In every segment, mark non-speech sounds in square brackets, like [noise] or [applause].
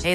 Hey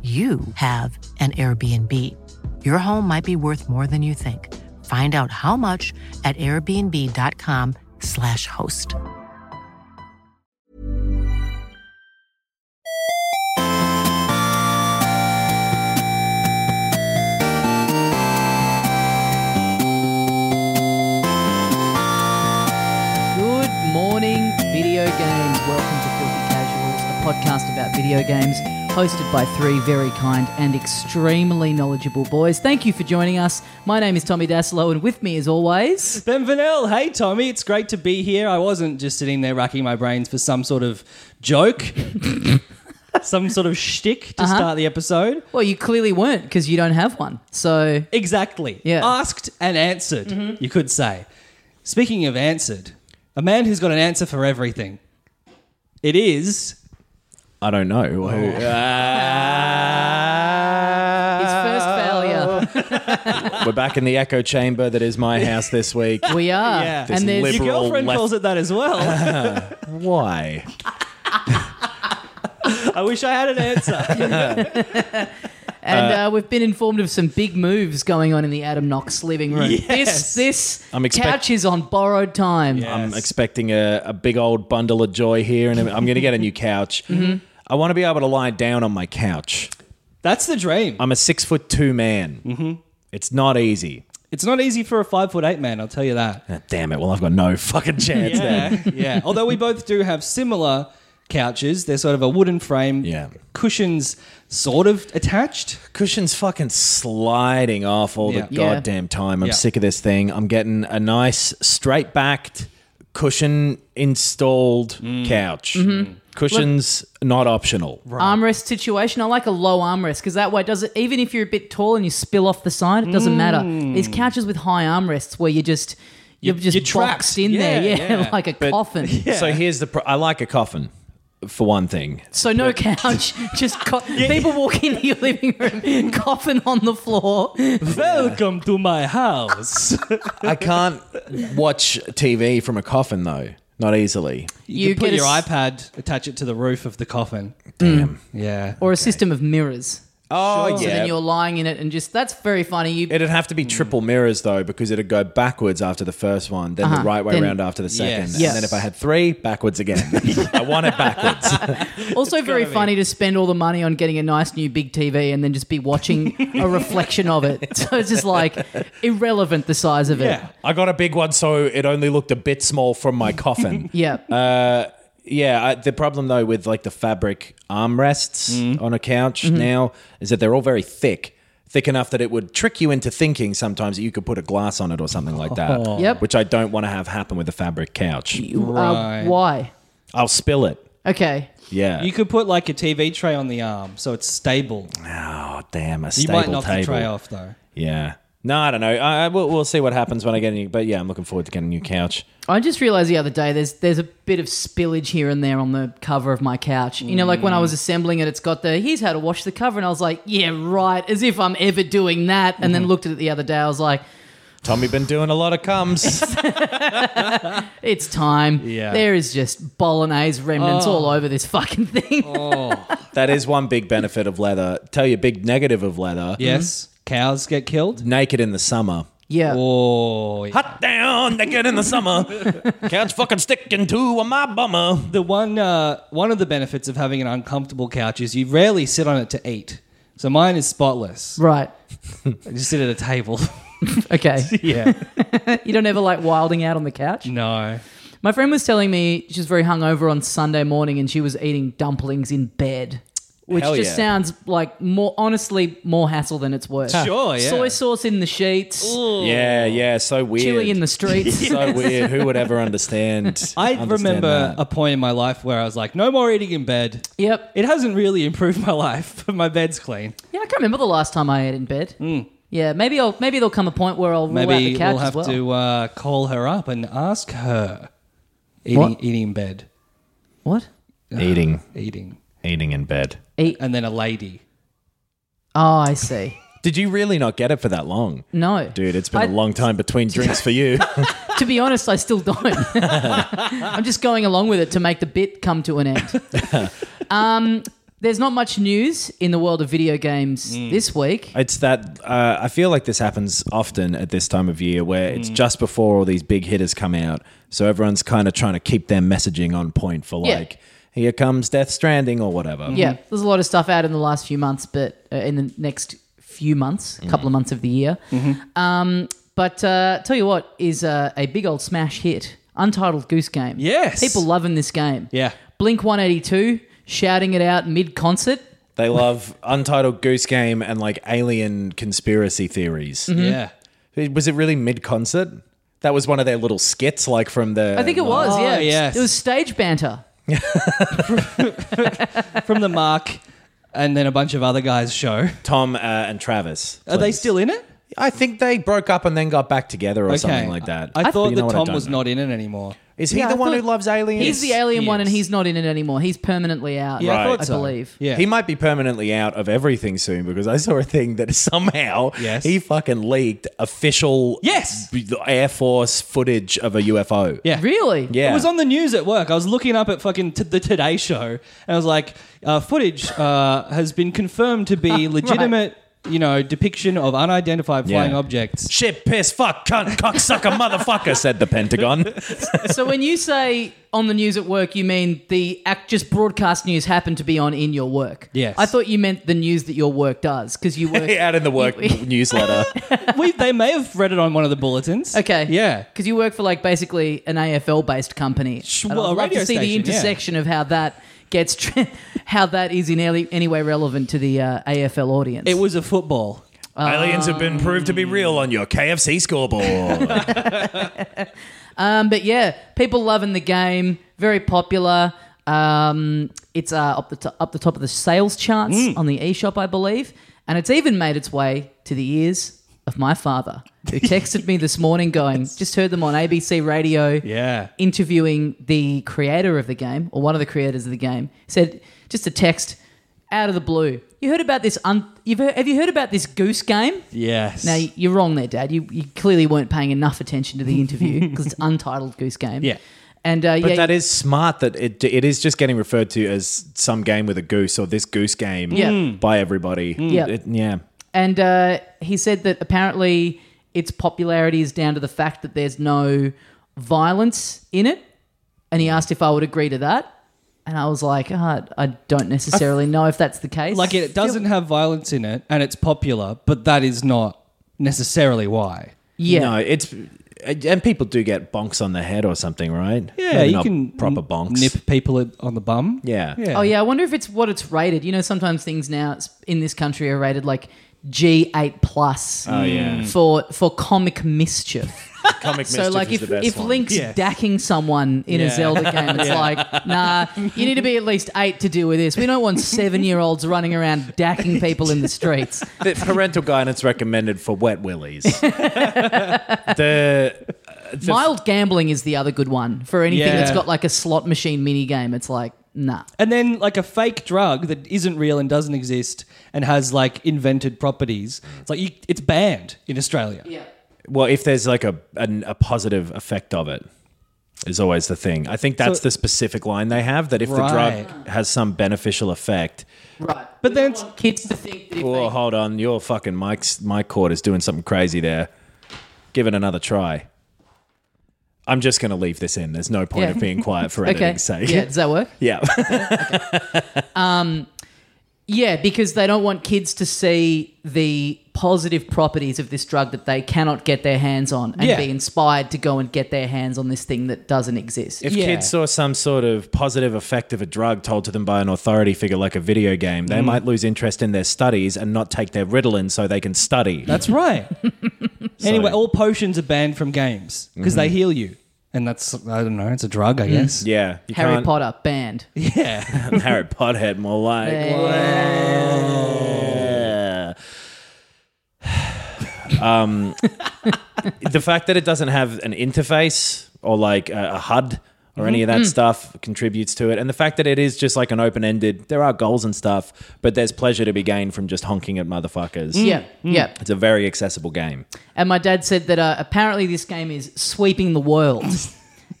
you have an Airbnb. Your home might be worth more than you think. Find out how much at airbnb.com/slash host. Good morning, video games. Welcome to Filthy Casuals, a podcast about video games hosted by three very kind and extremely knowledgeable boys. Thank you for joining us. My name is Tommy Daslow, and with me, as always, Ben Vanel, hey Tommy, it's great to be here. I wasn't just sitting there racking my brains for some sort of joke, some sort of shtick to start the episode. well, you clearly weren't because you don't have one. So, Exactly. Yeah. Asked and answered, you could say. Speaking of answered, a man who's got an answer for everything. It is. I don't know. his first failure. We're back in the echo chamber that is my house this week. We are. Yeah. This And there's Your Liberal girlfriend left- calls it that as well. Why? I wish I had an answer. and uh, we've been informed of some big moves going on in the Adam Knox living room. This Yes. this I'm expect- couch is on borrowed time. I'm Yes. expecting a, a big old bundle of joy here, and I'm going to get a new couch. I want to be able to lie down on my couch. That's the dream. I'm a six foot two man. Mm-hmm. It's not easy. It's not easy for a five foot eight man, I'll tell you that. Ah, damn it. Well, I've got no [laughs] fucking chance there. Yeah, yeah. Although we both do have similar couches. They're sort of a wooden frame. Yeah. Cushions sort of attached. Cushion's fucking sliding off all Yeah. the Yeah. goddamn time. I'm Yeah. sick of this thing. I'm getting a nice straight backed cushion installed Mm. couch. Mm-hmm. Cushions not optional. armrest situation. I like a low armrest because that way it doesn't. Even if you're a bit tall and you spill off the side, it doesn't matter. These couches with high armrests where you just you're, Mm. You're- just you're trapped. boxed in Yeah, there, yeah, [laughs] [laughs] yeah. like a But- [laughs] coffin. So here's the. Pro- I like a coffin, for one thing. So no couch, [laughs] just co- people walk into your living room, [laughs] coffin on the floor. Welcome to my [laughs] house. [laughs] I can't watch TV from a coffin though. Not easily. you, You can put get a your s- iPad, attach it to the roof of the coffin. Damn. Yeah. Or a system of mirrors. Oh So then you're lying in it and just that's very funny. You It'd have to be triple mirrors though, because it'd go backwards after the first one, then Uh-huh. the right way Then- around after the second, Yes. and then if I had three, [laughs] backwards again. I want it backwards. also very be. funny to spend all the money on getting a nice new big TV and then just be watching [laughs] a reflection of it. So it's just like irrelevant the size of it. Yeah. [laughs] I got a big one, so it only looked a bit small from my coffin. Yeah. [laughs] yeah, I, the problem though with like the fabric armrests on a couch Mm-hmm. now is that they're all very thick, thick enough that it would trick you into thinking sometimes that you could put a glass on it or something like that. Yep. Which I don't want to have happen with a fabric couch. Um, Uh, why? I'll spill it. Okay. Yeah. You could put like a TV tray on the arm so it's stable. oh damn, a you stable might knock table. Mm-hmm. the tray off though. Yeah. No, I don't know. I, I, we'll, we'll see what happens when I get a new. But yeah, I'm looking forward to getting a new couch. I just realized the other day there's there's a bit of spillage here and there on the cover of my couch. You know, like when I Mm. was assembling it, it's got the here's how to wash the cover, and I was like, yeah, right, as if I'm ever doing that. And Mm-hmm. then looked at it the other day, I was like, Tommy been doing a lot of comes. [laughs] it's time. Yeah. Oh. There is just bolognese remnants all over this fucking thing. That is one big benefit of leather. Tell you a big negative of leather. Yes. Cows get killed. Naked in the summer. [laughs] yeah. Oh, yeah. Hot down, naked in [laughs] the summer. Couch fucking sticking to my bummer. the one uh, one of the benefits of having an uncomfortable couch is you rarely sit on it to eat. So mine is spotless. Right. I just sit at a table. Okay. [laughs] yeah. you don't ever like wilding out on the couch? [laughs] No. My friend was telling me she was very hungover on Sunday morning and she was eating dumplings in bed. which Hell just yeah. sounds like more honestly more hassle than it's worth. Sure, yeah. Soy sauce in the sheets, Yeah, yeah, so weird. chili in the [laughs] streets. [laughs] so weird. Who would ever understand? [laughs] I understand remember that? a point in my life where I was like, no more eating in bed. yep. It hasn't really improved my life, [laughs] but my bed's clean. Yeah, I can't remember the last time I ate in bed. Yeah, maybe I'll maybe there'll come a point where I'll rule out Hmm. Maybe the couch we'll have as well. to uh, call her up and ask her eating, What? eating in bed, What? eating, eating, eating in bed. Eat. and then a lady. Oh, I see. Did you really not get it for that long? No, Dude, it's been I- a long time between drinks for you. To be honest, I still [laughs] don't. I'm just going along with it to make the bit come to an end. um, there's not much news in the world of video games Hmm. this week. It's that uh, I feel like this happens often at this time of year where it's Mm. just before all these big hitters come out. So everyone's kind of trying to keep their messaging on point for Yeah. like, here comes Death Stranding or whatever. Mm-hmm. Yeah, there's a lot of stuff out in the last few months, but uh, in the next few months, a Mm-hmm. couple of months of the year. Um, but uh, tell you what is uh, a big old smash hit, Untitled Goose Game. Yes. people loving this game. Yeah. Blink 182 shouting it out mid concert. They love Untitled Goose Game and like alien conspiracy theories. Mm-hmm. Yeah. Was it really mid concert? That was one of their little skits, like from the. I think it was. Oh, yeah, yes. it was stage banter. From the Mark and then a bunch of other guys' show. Tom uh, and Travis. Are they Please. still in it? I think they broke up and then got back together or something like that. I, I But thought you know that what I Tom don't was know. not in it anymore. Is he Yeah, the I one who thought- loves aliens? He's the alien he one, and is. he's not in it anymore. He's permanently out. Yeah, I Right. thought I so. believe. Yeah. He might be permanently out of everything soon because I saw a thing that [laughs] somehow Yes. he fucking leaked official Yes! b- the Air Force footage of a UFO. yeah. Really? Yeah. It was on the news at work. I was looking up at fucking t- the Today Show, and I was like, uh, footage uh, has been confirmed [laughs] to be legitimate, you know, depiction of unidentified flying Yeah. objects. Shit, piss, fuck, cunt, [laughs] cocksucker, motherfucker, said the Pentagon. so when you say on the news at work, you mean the act just broadcast news happened to be on in your work. Yes. I thought you meant the news that your work does because you [laughs] work. Out in the work [laughs] newsletter. we, they may have read it on one of the bulletins. Okay. Yeah. Because you work for like basically an AFL based company. Sh- And well, I'd a love radio to see the station, yeah. intersection of how that gets, [laughs] tra- how that is in any, any way relevant to the uh, AFL audience. It was a football. Aliens have been proved to be real on your [laughs] KFC scoreboard. Um, but yeah, people loving the game, very popular. Um, it's uh, up the to- up the top of the sales charts on the eShop, I believe, and it's even made its way to the ears of my father, who texted me this morning, going, "Just heard them on ABC Radio." Yeah. interviewing the creator of the game or one of the creators of the game said just a text out of the blue. You heard about this? Un- you've heard- have you heard about this goose game? Yes. Now you're wrong there, Dad. You, you clearly weren't paying enough attention to the interview because it's untitled Goose Game. Yeah. and uh, But yeah, that is smart that it, it is just getting referred to as some game with a goose or this goose game Yeah. Mm. by everybody. Yeah. It- yeah. and uh, he said that apparently its popularity is down to the fact that there's no violence in it. And he asked if I would agree to that, and I was like, "Ah, I don't necessarily know if that's the case. Like it doesn't have violence in it, and it's popular, but that is not necessarily why. yeah, No, it's and people do get bonks on the head or something, right? Yeah, Maybe you not can proper bonks. nip people at- on the bum. Yeah. yeah. Oh yeah, I wonder if it's what it's rated. You know, sometimes things now s- in this country are rated like G eight plus. for for comic mischief. [laughs] Comic So like if if Link's Yes. dacking someone in a Yeah. Zelda game, [laughs] it's like nah, you need to be at least eight to deal with this. We don't want seven year olds running around dacking people in the [laughs] streets. parental guidance recommended for wet willies. [laughs] the Mild gambling is the other good one for anything Yeah. that's got like a slot machine mini game. It's like nah. And then like a fake drug that isn't real and doesn't exist and has like invented properties. It's like you, it's banned in Australia. well, if there's like a an, a positive effect of it is always the thing. I think that's So- the specific line they have that if the drug Right. has some beneficial effect. Right. But then it's- kids to think that if Well, they, hold on, your fucking mic's mic cord is doing something crazy there. Give it another try. I'm just going to leave this in. There's no point Yeah. of being quiet for [laughs] okay, editing's sake. [laughs] yeah, does that work? [laughs] Yeah. Yeah, because they don't want kids to see the positive properties of this drug that they cannot get their hands on and Yeah. be inspired to go and get their hands on this thing that doesn't exist. If Yeah. kids saw some sort of positive effect of a drug told to them by an authority figure like a video game, Mm. they might lose interest in their studies and not take their Ritalin so they can study. That's right. anyway, So- all potions are banned from games because they heal you. And that's, I don't know, it's a drug, I guess. yeah. You Harry can't- Potter banned. [laughs] Yeah. [laughs] Harry Potter, [laughs] more like. Yeah. [sighs] um, [laughs] the fact that it doesn't have an interface or like a, a HUD or any of that stuff contributes to it. And the fact that it is just like an open ended, there are goals and stuff, but there's pleasure to be gained from just honking at motherfuckers. Yeah, yeah. It's a very accessible game. And my dad said that uh, apparently this game is sweeping the [laughs] world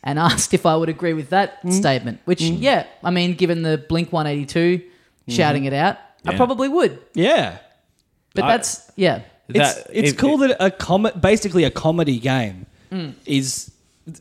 and asked if I would agree with that Mm. statement, which, yeah, I mean, given the Blink 182 shouting it out, I Mm-hmm. Yeah. probably would. yeah. But that's, yeah. It's, That- it's if- cool that a com- basically a comedy game is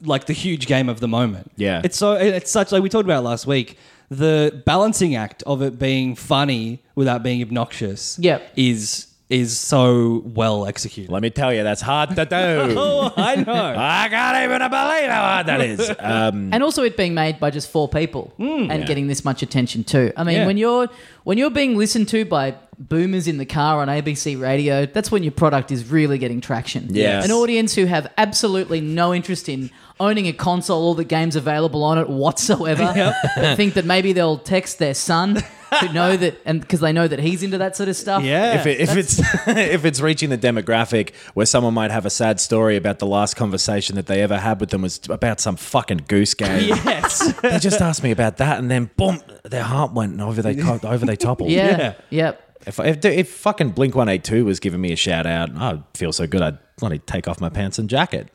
like the huge game of the moment. Mm. Yeah. It's so it's such like we talked about it last week. The balancing act of it being funny without being obnoxious Yep. is is so well executed. Let me tell you, that's hard to [laughs] do. Oh, I [laughs] know. I can't even believe how hard that is. Um, And also it being made by just four people and getting this much attention too. I mean, Yeah. when you're when you're being listened to by boomers in the car on ABC radio, that's when your product is really getting traction. Yes. An audience who have absolutely no interest in owning a console or the games available on it whatsoever, but think that maybe they'll text their son who know that and because they know that he's into that sort of stuff. yeah. if, it, if it's [laughs] if it's reaching the demographic where someone might have a sad story about the last conversation that they ever had with them was about some fucking goose game. yes. [laughs] They just asked me about that, and then boom, their heart went and over they co- over they toppled. Yeah. Yeah. Yep. If, if if fucking Blink One Eight Two was giving me a shout out, I'd feel so good. I'd bloody take off my pants and [laughs] jacket.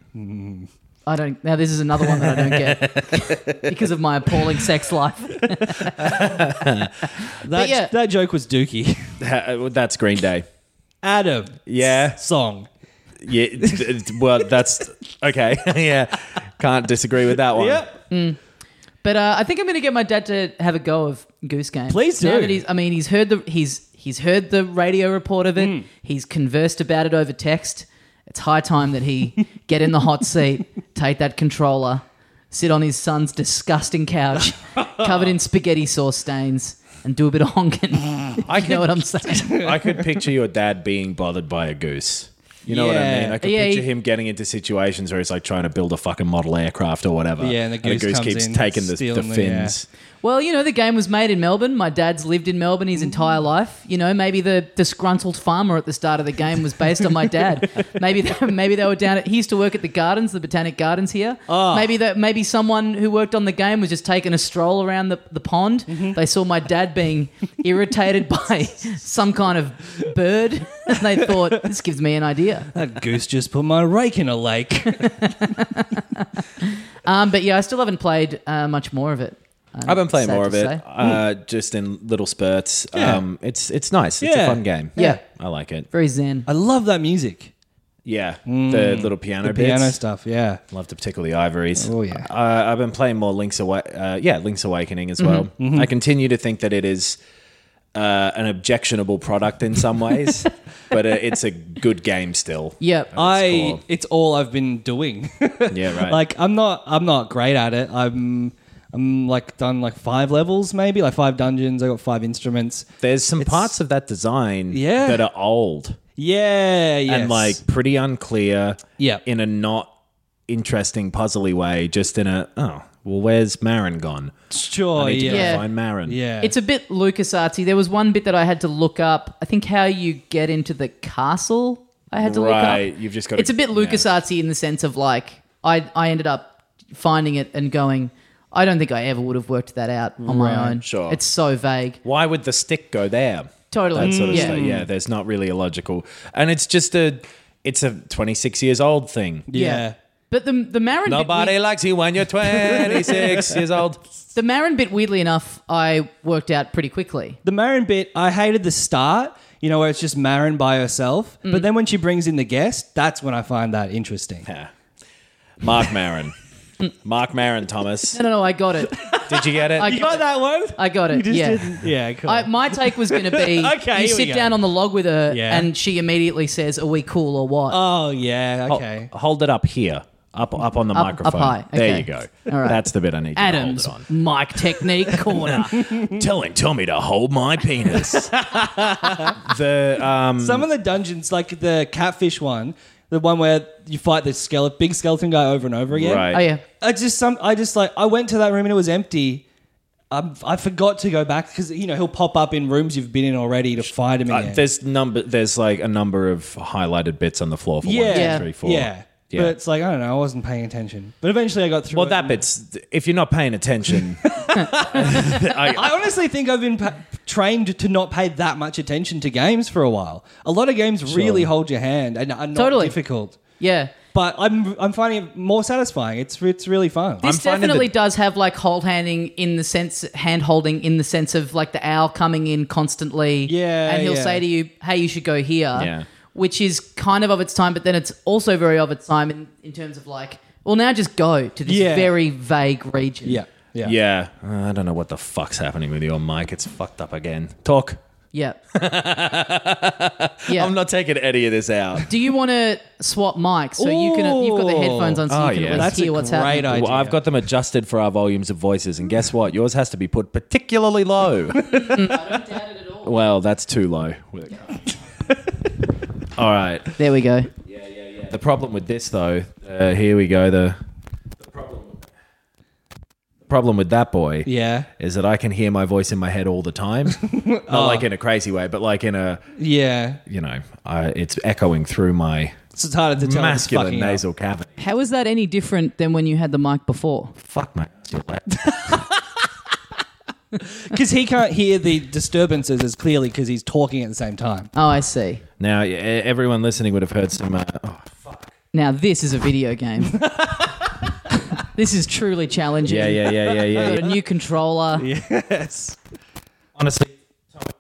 I don't. Now this is another one that I don't get because of my appalling sex life. that, yeah. that joke was Dookie. [laughs] uh, That's Green Day. Adam. Yeah. Song. Yeah. d- d- well, that's okay. [laughs] yeah. Can't disagree with that one. Yep. But uh, I think I'm going to get my dad to have a go of Goose Game. Please Now do. that he's, I mean, he's heard the he's he's heard the radio report of Hmm. it. He's conversed about it over text. It's high time that he [laughs] get in the hot seat, take that controller, sit on his son's disgusting [laughs] couch, covered in spaghetti sauce stains, and do a bit of [laughs] honking. [laughs] I you know what I'm saying? I could picture your dad being bothered by a goose. You know what I Yeah. mean? I could Yeah, picture he- him getting into situations where he's like trying to build a fucking model aircraft or whatever. Yeah, and the goose comes keeps in, taking the, the stealing the- fins. Well, you know, the game was made in Melbourne. My dad's lived in Melbourne his entire life. You know, maybe the disgruntled farmer at the start of the game was based on my [laughs] dad. Maybe they, maybe they were down at. He used to work at the gardens, the botanic gardens here. Ah. Maybe that maybe someone who worked on the game was just taking a stroll around the, the pond. Mm-hmm. They saw my dad being [laughs] irritated by some kind of bird, [laughs] and they thought this gives me an idea. That goose just put my rake in a [laughs] lake. Um, but yeah, I still haven't played uh, much more of it. I've been playing Sad more to of it, say. uh, just in little spurts. Yeah. Um, it's it's nice. It's a Yeah. fun game. Yeah. I like it. Very zen. I love that music. Yeah, the little piano bits. Mm. Piano stuff, yeah. Love to tickle the ivories. Oh, yeah. Uh, I've been playing more Link's Awa- uh, yeah, Link's Awakening Mm-hmm. as well. I continue to think that it is uh, an objectionable product in [laughs] some ways, but uh, it's a good game still. Yep. I cool. it's all I've been doing. [laughs] Yeah, right. like I'm not I'm not great at it. I'm I'm like done like five levels maybe, like five dungeons. I got five instruments. there's some It's- parts of that design Yeah. that are old Yeah, yes. and like pretty unclear. Yeah. in a not interesting puzzly way. Just in a oh well, where's Marin gone? sure, I need to yeah. go Yeah. find Marin. Yeah. It's a bit LucasArtsy. There was one bit that I had to look up. I think how you get into the castle. I had to Right, look up. you've just gotta- It's a bit yeah. LucasArtsy in the sense of like I I ended up finding it and going. I don't think I ever would have worked that out on my own. sure. It's so vague. Why would the stick go there? Totally. Mm, That sort of Yeah. stuff. Yeah, there's not really a logical, and it's just a, it's a 26 years old thing. yeah. But the the Marin Nobody bit, we- likes you when you're 26 [laughs] years old. the Marin bit weirdly enough I worked out pretty quickly. The Marin bit, I hated the start, you know, where it's just Marin by herself. Mm. But [laughs] then when she brings in the guest, that's when I find that interesting. Yeah. Mark Marin. Mark Maron Thomas. No, no, no. I got it. Did you get it? I You got got it. that one? I [laughs] got it. You just yeah. didn't. Yeah, cool. I, my take was going to be [laughs] Okay, you here we sit go. down on the log with her Yeah. and she immediately says, Are we cool or what? oh, yeah, okay. Ho- hold it up here. Up, up on the Up- up microphone. high. There Okay. you go. All right. That's the bit I need. you Adams, To hold it mic technique corner. on. Tell him, tell me to hold my [laughs] penis. the um, Some of the dungeons, like the catfish one, the one where you fight the skeleton, big skeleton guy over and over again. right. oh, yeah. I just some. I just like I went to that room and it was empty. I, I forgot to go back because you know he'll pop up in rooms you've been in already to fight him. Uh, again. There's number. There's like a number of highlighted bits on the floor for one, two, yeah, three, four. yeah, Yeah. But it's like I don't know. I wasn't paying attention. But eventually I got through. Well, it that and- bit's. If you're not paying attention, I, I honestly think I've been pa- trained to not pay that much attention to games for a while. A lot of games really hold your hand and are not Totally. difficult. Yeah. But I'm I'm finding it more satisfying. It's it's really fun. This I'm finding definitely that- does have like hold handing in the sense, hand holding in the sense of like the owl coming in constantly. Yeah, And he'll yeah. say to you, hey, you should go here. Yeah. Which is kind of of its time, but then it's also very of its time in, in terms of like, well, now just go to this Yeah. very vague region. yeah, yeah, yeah. Uh, I don't know what the fuck's happening with your mic. It's fucked up again. Talk. Yeah. yeah. I'm not taking any of this out. Do you want to swap mics so you can? You've got the Ooh. headphones on, so Oh, you can yeah. at least That's hear a what's great happening. idea. Well, I've got them adjusted for our volumes of voices, and guess what? Yours has to be put particularly low. well, that's too low. [laughs] All right. There we go. The problem with this, though, uh, here we go. The the problem the problem with that boy yeah, is that I can hear my voice in my head all the [laughs] time, not Ah. like in a crazy way, but like in a yeah. you know, I, it's echoing through my So it's harder to tell. if it's masculine fucking up. nasal cavity. How is that any different than when you had the mic before? Fuck my. because he can't hear the disturbances as clearly because he's talking at the same time. Oh, I see. Now, e- everyone listening would have heard some. Uh, oh, Now this is a video game. [laughs] this is truly challenging. yeah, yeah, yeah, yeah, yeah, Got a new controller. [laughs] Yes. Honestly,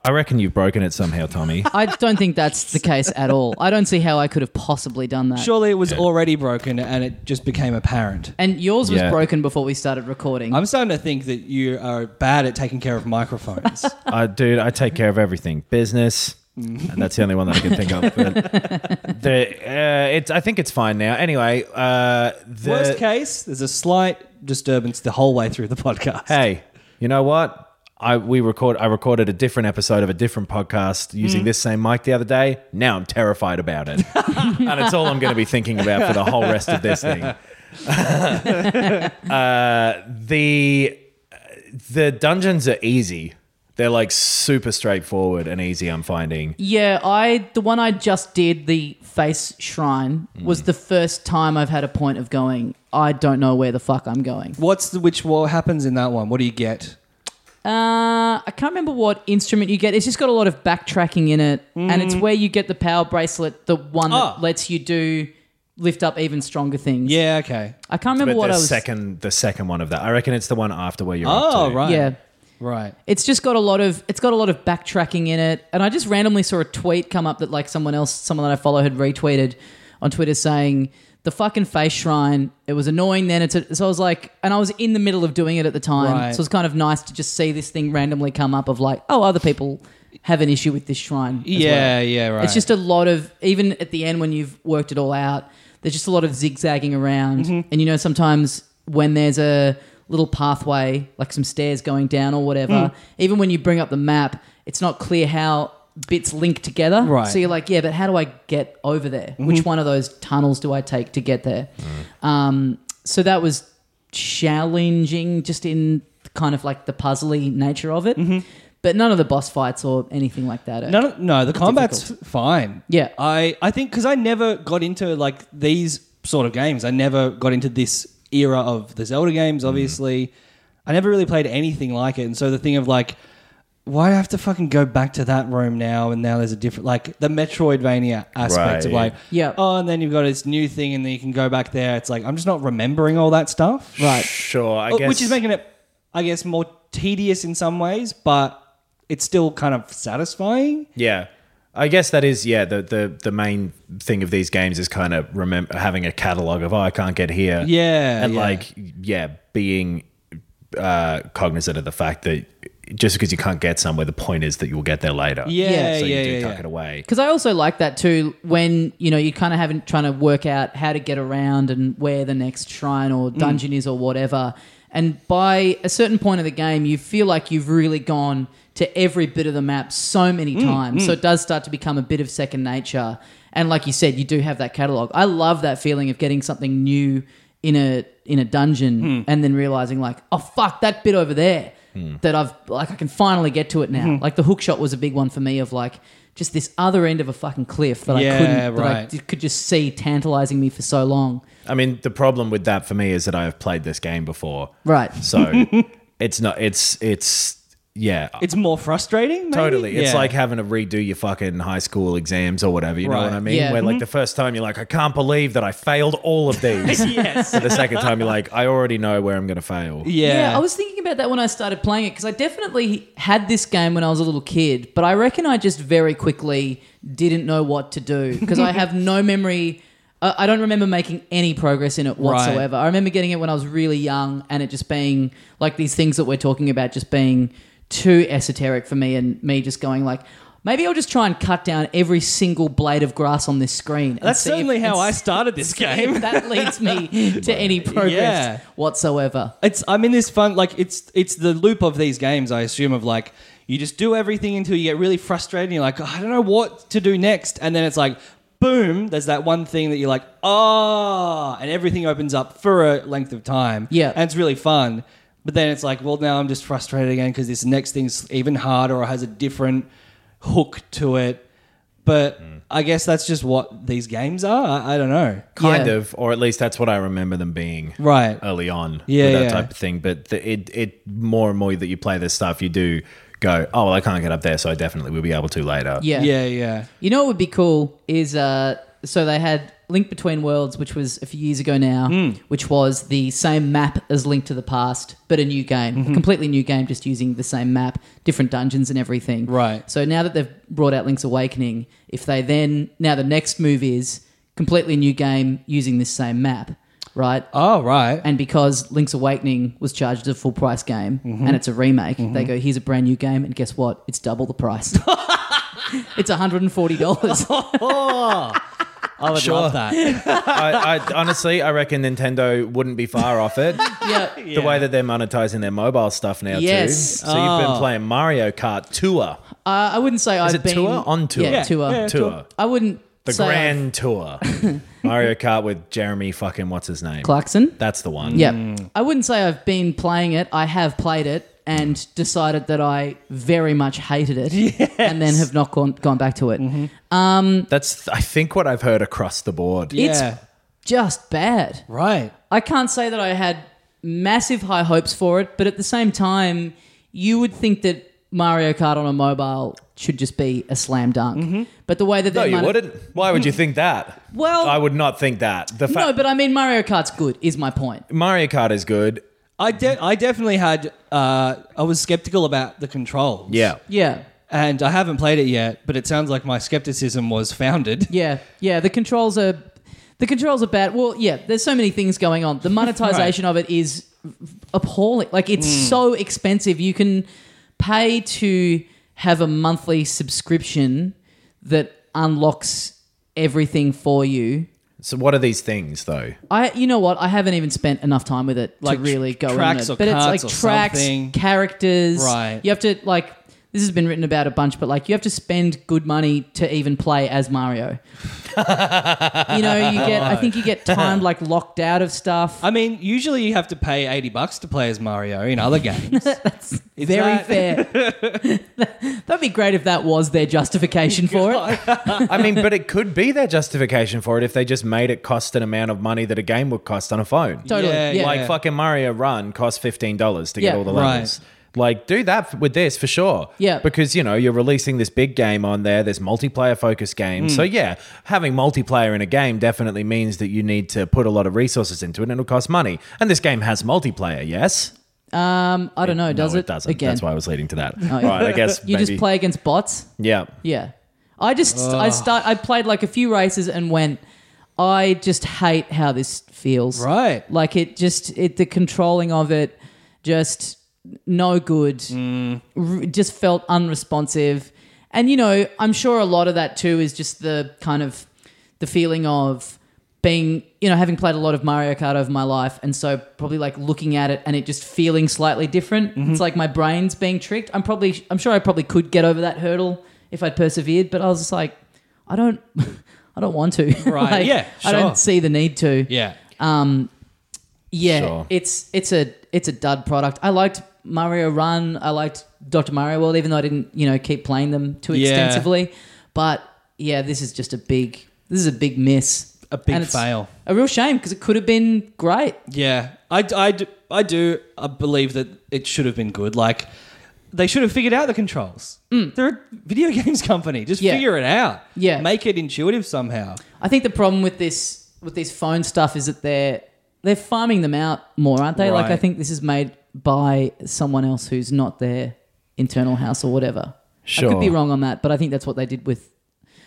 I reckon you've broken it [laughs] somehow, Tommy. I don't think that's the case at all. I don't see how I could have possibly done that. Surely it was already broken and it just became apparent. And yours was Yeah. broken before we started recording. I'm starting to think that you are bad at taking care of microphones. I, dude, I take care of everything business, Mm. and that's the only one that I can think of. [laughs] But the, uh, it's, I think it's fine now. Anyway, uh, [laughs] the, Worst case, there's a slight disturbance the whole way through the podcast. Hey, you know what? I we record. I recorded a different episode of a different podcast Mm. using this same mic the other day. Now I'm terrified [laughs] about it, and it's all I'm going to be thinking about for the whole rest of this [laughs] thing. uh, the the dungeons are easy. They're like super straightforward and easy. I'm finding. Yeah, I the one I just did the face shrine Mm. was the first time I've had a point of going. I don't know where the fuck I'm going. What's the, which what happens in that one? What do you get? Uh, I can't remember what instrument you get. It's just got a lot of backtracking in it, and Mm. it's where you get the power bracelet, the one Oh. Ah. that lets you do lift up even stronger things. Yeah, okay. I can't remember But what the I was. second, the second one of that, I reckon it's the one after where you're. up Oh, to. right. Yeah. Right. It's just got a lot of it's got a lot of backtracking in it, and I just randomly saw a tweet come up that like someone else, someone that I follow, had retweeted on Twitter saying the fucking face shrine. It was annoying then. It's a, so I was like, and I was in the middle of doing it at the time, Right. so it was kind of nice to just see this thing randomly come up of like, oh, other people have an issue with this shrine. as Yeah, well. yeah, right. It's just a lot of even at the end when you've worked it all out, there's just a lot of zigzagging around. Mm-hmm. And you know, sometimes when there's a little pathway, like some stairs going down or whatever, Mm. even when you bring up the map, it's not clear how bits link together. Right. Mm-hmm. So you're like, yeah, but how do I get over there? Which one of those tunnels do I take to get there? Mm. Um, so that was challenging just in kind of like the puzzly nature of it. Mm-hmm. But none of the boss fights or anything like that. Are, No, no, no the combat's fine. Yeah. I, I think because I never got into like these sort of games. I never got into this era of the Zelda games, obviously. I never really played anything like it. And so the thing of like, why do I have to fucking go back to that room now? And now there's a different, like the Metroidvania aspect of Right. like, Yeah. oh, and then you've got this new thing and then you can go back there. It's like, I'm just not remembering all that stuff. Right. Sure, I Uh, guess. Which is making it, I guess, more tedious in some ways, but it's still kind of satisfying. Yeah. I guess that is yeah the the, the main thing of these games is kind of remember having a catalog of oh I can't get here Yeah, and yeah. like yeah being uh, cognizant of the fact that just because you can't get somewhere the point is that you will get there later Yeah, so yeah, you do yeah, tuck yeah. it away Because I also like that too when, you know, you kind of haven't trying to work out how to get around and where the next shrine or dungeon is or whatever. And by a certain point of the game, you feel like you've really gone to every bit of the map so many times. So it does start to become a bit of second nature. And like you said, you do have that catalog. I love that feeling of getting something new in a in a dungeon and then realizing like, oh fuck, that bit over there that I've like I can finally get to it now. Like the hook shot was a big one for me of like just this other end of a fucking cliff that I Yeah, couldn't that I right. d- could just see tantalizing me for so long. I mean the problem with that for me is that I have played this game before Right. [laughs] so it's not it's it's yeah It's more frustrating. maybe? Totally. It's Yeah. like having to redo your fucking high school exams or whatever. You know Right. Mm-hmm. what I mean? Yeah. Where like the first time you're like, I can't believe that I failed all of these. [laughs] yes. the second time you're like, I already know where I'm going to fail. Yeah. I was thinking about that when I started playing it because I definitely had this game when I was a little kid, but I reckon I just very quickly didn't know what to do because I have [laughs] no memory. I I don't remember making any progress in it whatsoever. I remember getting it when I was really young and it just being like these things that we're talking about just being too esoteric for me and me just going like, maybe I'll just try and cut down every single blade of grass on this screen. and That's see if- certainly how and [laughs] I see started this game. if that leads [laughs] me to any progress Yeah. whatsoever. It's I'm in this fun like it's it's the loop of these games I assume of like you just do everything until you get really frustrated and you're like "Oh, I don't know what to do next and then it's like boom there's that one thing that you're like ah and everything opens up for a length of time Yeah. and it's really fun but then it's like well now I'm just frustrated again because this next thing's even harder or has a different hook to it but I guess that's just what these games are I, I don't know Kind Yeah. of, or at least that's what I remember them being. right Oh, Early on, Yeah, with that yeah. type of thing. But the, it, it more and more that you play this stuff, you do go, oh well, I can't get up there, so I definitely will be able to later. Yeah. yeah yeah You know what would be cool is uh, so they had Link Between Worlds, which was a few years ago now, which was the same map as Link to the Past, but a new game, a completely new game, just using the same map, different dungeons and everything. Right. So now that they've brought out Link's Awakening, if they then now the next move is completely new game using this same map, right? oh right And because Link's Awakening was charged as a full price game Mm-hmm. and it's a remake, they go, here's a brand new game. And guess what? It's double the price. [laughs] it's $140. I would [laughs] love that I, I honestly, I reckon Nintendo wouldn't be far [laughs] off it. yeah. The way that they're monetizing their mobile stuff now too. Yes. Oh. So you've been playing Mario Kart Tour. Uh, I wouldn't say I've it been. tour? On tour. Yeah, Yeah, tour. yeah. Tour. I wouldn't. The say I've- Grand [laughs] Tour. Mario Kart with Jeremy fucking what's his name? Clarkson? That's the one. Yeah. I wouldn't say I've been playing it. I have played it and decided that I very much hated [laughs] it and then have not gone, gone back to it. Mm-hmm. That's I think what I've heard across the board. yeah Just bad. right I can't say that I had massive high hopes for it, but at the same time, you would think that Mario Kart on a mobile should just be a slam dunk. But the way that Mm-hmm. No, they're you monet- wouldn't. Why would you think that? Well- I would not think that. The fact No, but I mean Mario Kart's good is my point. Mario Kart is good. I de- I definitely had uh, I was skeptical about the controls. Yeah. Yeah. And I haven't played it yet, but it sounds like my skepticism was founded. Yeah. Yeah, the controls are the controls are bad. Well, yeah, there's so many things going on. The monetization of it is appalling. Like it's so expensive. You can pay to have a monthly subscription that unlocks everything for you. So what are these things [laughs] though? I, you know what? I haven't even spent enough time with it Like to really go tracks in or it. But cards it's or like tracks, something. characters. Right. You have to like. This has been written about a bunch, but like you have to spend good money to even play as [laughs] Mario. you know, you get. I think you get timed like locked out of stuff. I mean, usually you have to pay 80 bucks to play as Mario in other games. That's Very fair. [laughs] [laughs] That'd be great if that was their justification Oh for it. I mean, but it could be their justification for it if they just made it cost an amount of money that a game would cost on a phone. Totally. Yeah, yeah. Like fucking Mario Run costs fifteen dollars to Yeah. get all the Right. levels. Like do that f- with this for sure. Yeah. because you know you're releasing this big game on there. There's multiplayer focused game, so Mm. yeah, having multiplayer in a game definitely means that you need to put a lot of resources into it, and it'll cost money. And this game has multiplayer, yes. um, I don't know. Does no, it? it doesn't. Again, [laughs] That's why I was leading to that. yeah. Right, I guess you maybe, just play against bots. Yeah, Yeah. I just I start I played like a few races and went. I just hate how this feels. Right. Like it just it the controlling of it just no good. R- just felt unresponsive. And you know, I'm sure a lot of that too is just the kind of the feeling of being, you know, having played a lot of Mario Kart over my life and so probably like looking at it and it just feeling slightly different. Mm-hmm. It's like my brain's being tricked. I'm probably I'm sure I probably could get over that hurdle if I'd persevered, but I was just like I don't [laughs] I don't want to. [laughs] Right, Like, yeah, I sure. don't see the need to. Yeah. Yeah, Sure. it's it's a it's a dud product. I liked Mario Run. I liked Doctor Mario World, even though I didn't you know keep playing them too Yeah. extensively. But yeah, this is just a big this is a big miss, A big And it's fail. a real shame because it could have been great. Yeah, I, I, do- I do I believe that it should have been good. Like, they should have figured out the controls. They're a video [laughs] games company. Just Yeah. figure it out. Yeah. Make it intuitive somehow. I think the problem with this with this phone stuff is that they're they're farming them out more, aren't they? Like I Right. think this is made by someone else who's not their internal house or whatever. I could Sure. be wrong on that, but I think that's what they did with.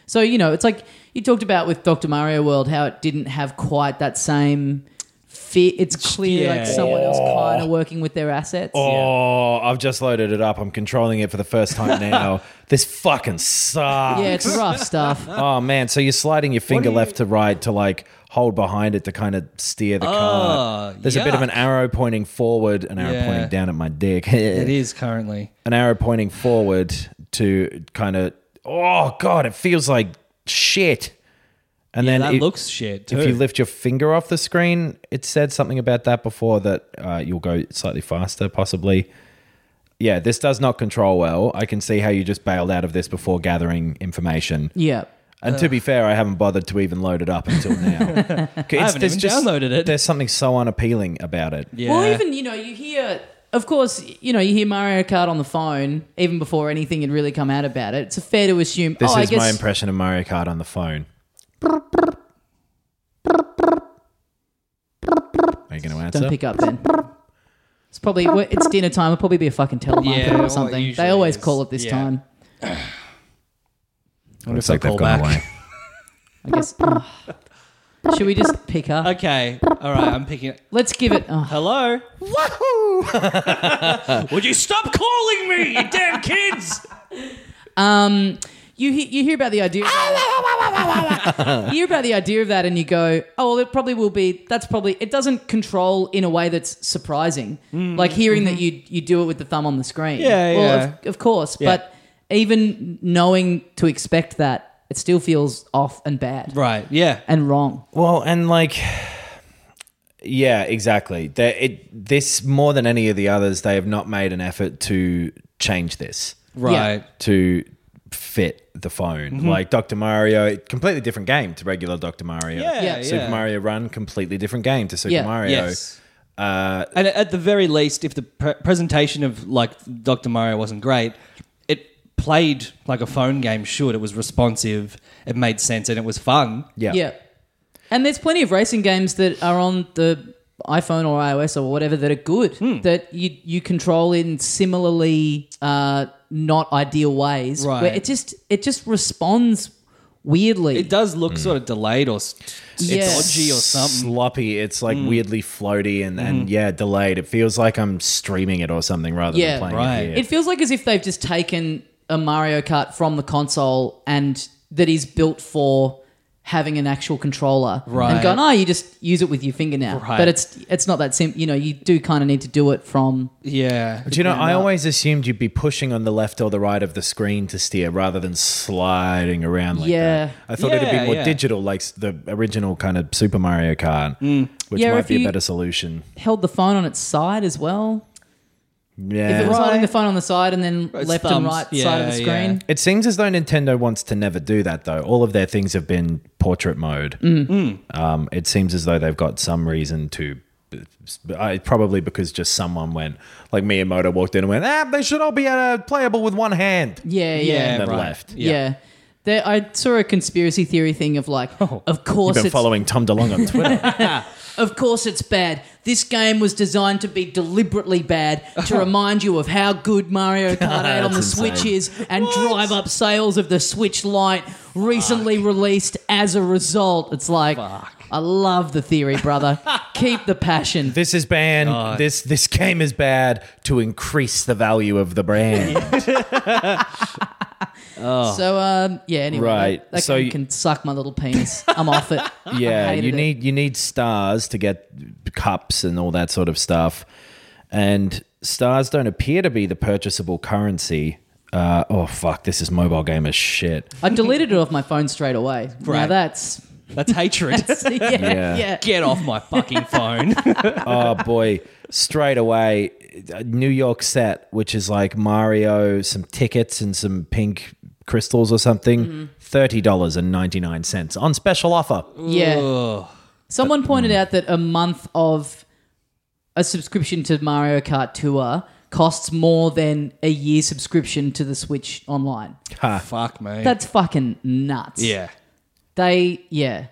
So you know, it's like you talked about with Doctor Mario World how it didn't have quite that same fit. It's clear like Yeah. someone else kind of working with their assets. Oh, I've just loaded it up. I'm controlling it for the first [laughs] time now. this fucking sucks. Yeah, it's rough stuff. [laughs] Oh man, so you're sliding your finger left to right to like hold behind it to kind of steer the Uh, car. There's a bit of an Oh, yuck. arrow pointing forward, an arrow Yeah. pointing down at my dick. [laughs] It is currently. An arrow pointing forward to kind of oh god, it feels like shit. And then That it- looks shit, too. if you lift your finger off the screen, it said something about that before that uh, you'll go slightly faster, possibly. Yeah, this does not control well. I can see how you just bailed out of this before gathering information. Yeah, And to be fair, I haven't bothered to even load it up until [laughs] now. I haven't even downloaded it. There's something so unappealing about it. yeah. Well, even you know, you hear, of course, you know, you hear Mario Kart on the phone even before anything had really come out about it. It's fair to assume. This oh, I is guess, my impression of Mario Kart on the phone. Are you going to answer? Don't pick up then. It's probably well, it's dinner time. It'll probably be a fucking telemarketer Yeah, well, or it something. They usually always is. call it this Yeah. time. if Looks I like they've call gone back. [laughs] away. I guess. ugh. Should we just pick [laughs] up? Okay. All right. I'm picking it. Let's give it. Oh, Hello. Woohoo! [laughs] Would you stop calling me, you damn kids? Um, you he- you hear about the idea. [laughs] you hear about the idea of that, and you go, "Oh well, it probably will be." That's probably it doesn't control in a way that's surprising. Like hearing that you you do it with the thumb on the screen. Mm, mm-hmm. Yeah, well, yeah. Of, of course. But even knowing to expect that, it still feels off and bad Right. Yeah. and wrong. Well, and like, yeah, exactly. The, it, this more than any of the others, they have not made an effort to change this Right. to fit the phone. Mm-hmm. Like Dr. Mario, completely different game to regular Dr. Mario. Yeah. Yeah. Yeah. Super Mario Run, completely different game to Super Yeah. Mario. Yes. Uh, and at the very least, if the pre- presentation of like Dr. Mario wasn't great, it played like a phone game should. It was responsive, it made sense, and it was fun. Yeah. Yeah. And there's plenty of racing games that are on the iPhone or iOS or whatever that are good Hmm. that you you control in similarly uh, not ideal ways. Right. Where it just it just responds weirdly. It does Mm. look sort of delayed or s- Yeah. dodgy or something. Sloppy. It's Mm. like weirdly floaty and, Mm-hmm. and yeah, delayed. It feels like I'm streaming it or something rather Yeah. than playing Right. it here. It feels like as if they've just taken a Mario Kart from the console and that is built for having an actual controller Right. and gone, oh, you just use it with your finger now. Right. But it's it's not that simple. You know, you do kind of need to do it from Yeah. Do you know, I always assumed you'd be pushing on the left or the right of the screen to steer rather than sliding around like Yeah. that. I thought it'd Yeah, be more yeah. digital, like s- the original kind of Super Mario Kart, which Mm. Yeah, or might if be you- a better solution. held the phone on its side as well. If Yeah. it was Right. holding the phone on the side and then It's left and thumbs. right side of the Yeah, screen. it seems as though Nintendo wants to never do that, though. All of their things have been portrait mode. Mm. Um, it seems as though they've got some reason to. I, probably because just someone went, like Miyamoto walked in and went, ah, they should all be uh, playable with one hand. Yeah, yeah, yeah. And then left. Yeah. There, [laughs] Oh, I saw a conspiracy theory thing of like, of course Been it's [laughs] following Tom DeLonge on Twitter. Of course it's bad. This game was designed to be deliberately bad Oh. to remind you of how good [laughs] Mario Kart 8 on the That's Switch insane. is and drive up sales of the Switch Lite recently released as a result. It's like I love the theory, [laughs] brother. Keep the passion. This is banned. This this game is bad to increase the value of [laughs] the brand. So um, yeah, anyway, Right. that, that So game you- can suck my little penis. I'm off it. [laughs] [laughs] yeah, I hated you it. need you need stars to get cups and all that sort of stuff. And stars don't appear to be the purchasable currency. Uh, oh fuck, this is mobile game as shit. I deleted it off my phone straight away. Now Right. that's [laughs] That's hatred. yeah, yeah. Get off my fucking phone. oh boy straight away a new york set which is like mario some tickets and some pink crystals or something $30.99 on special offer Yeah. Someone pointed out that a month of a subscription to Mario Kart Tour costs more than a year subscription to the Switch Online. Fuck me. That's fucking nuts. yeah. They yeah.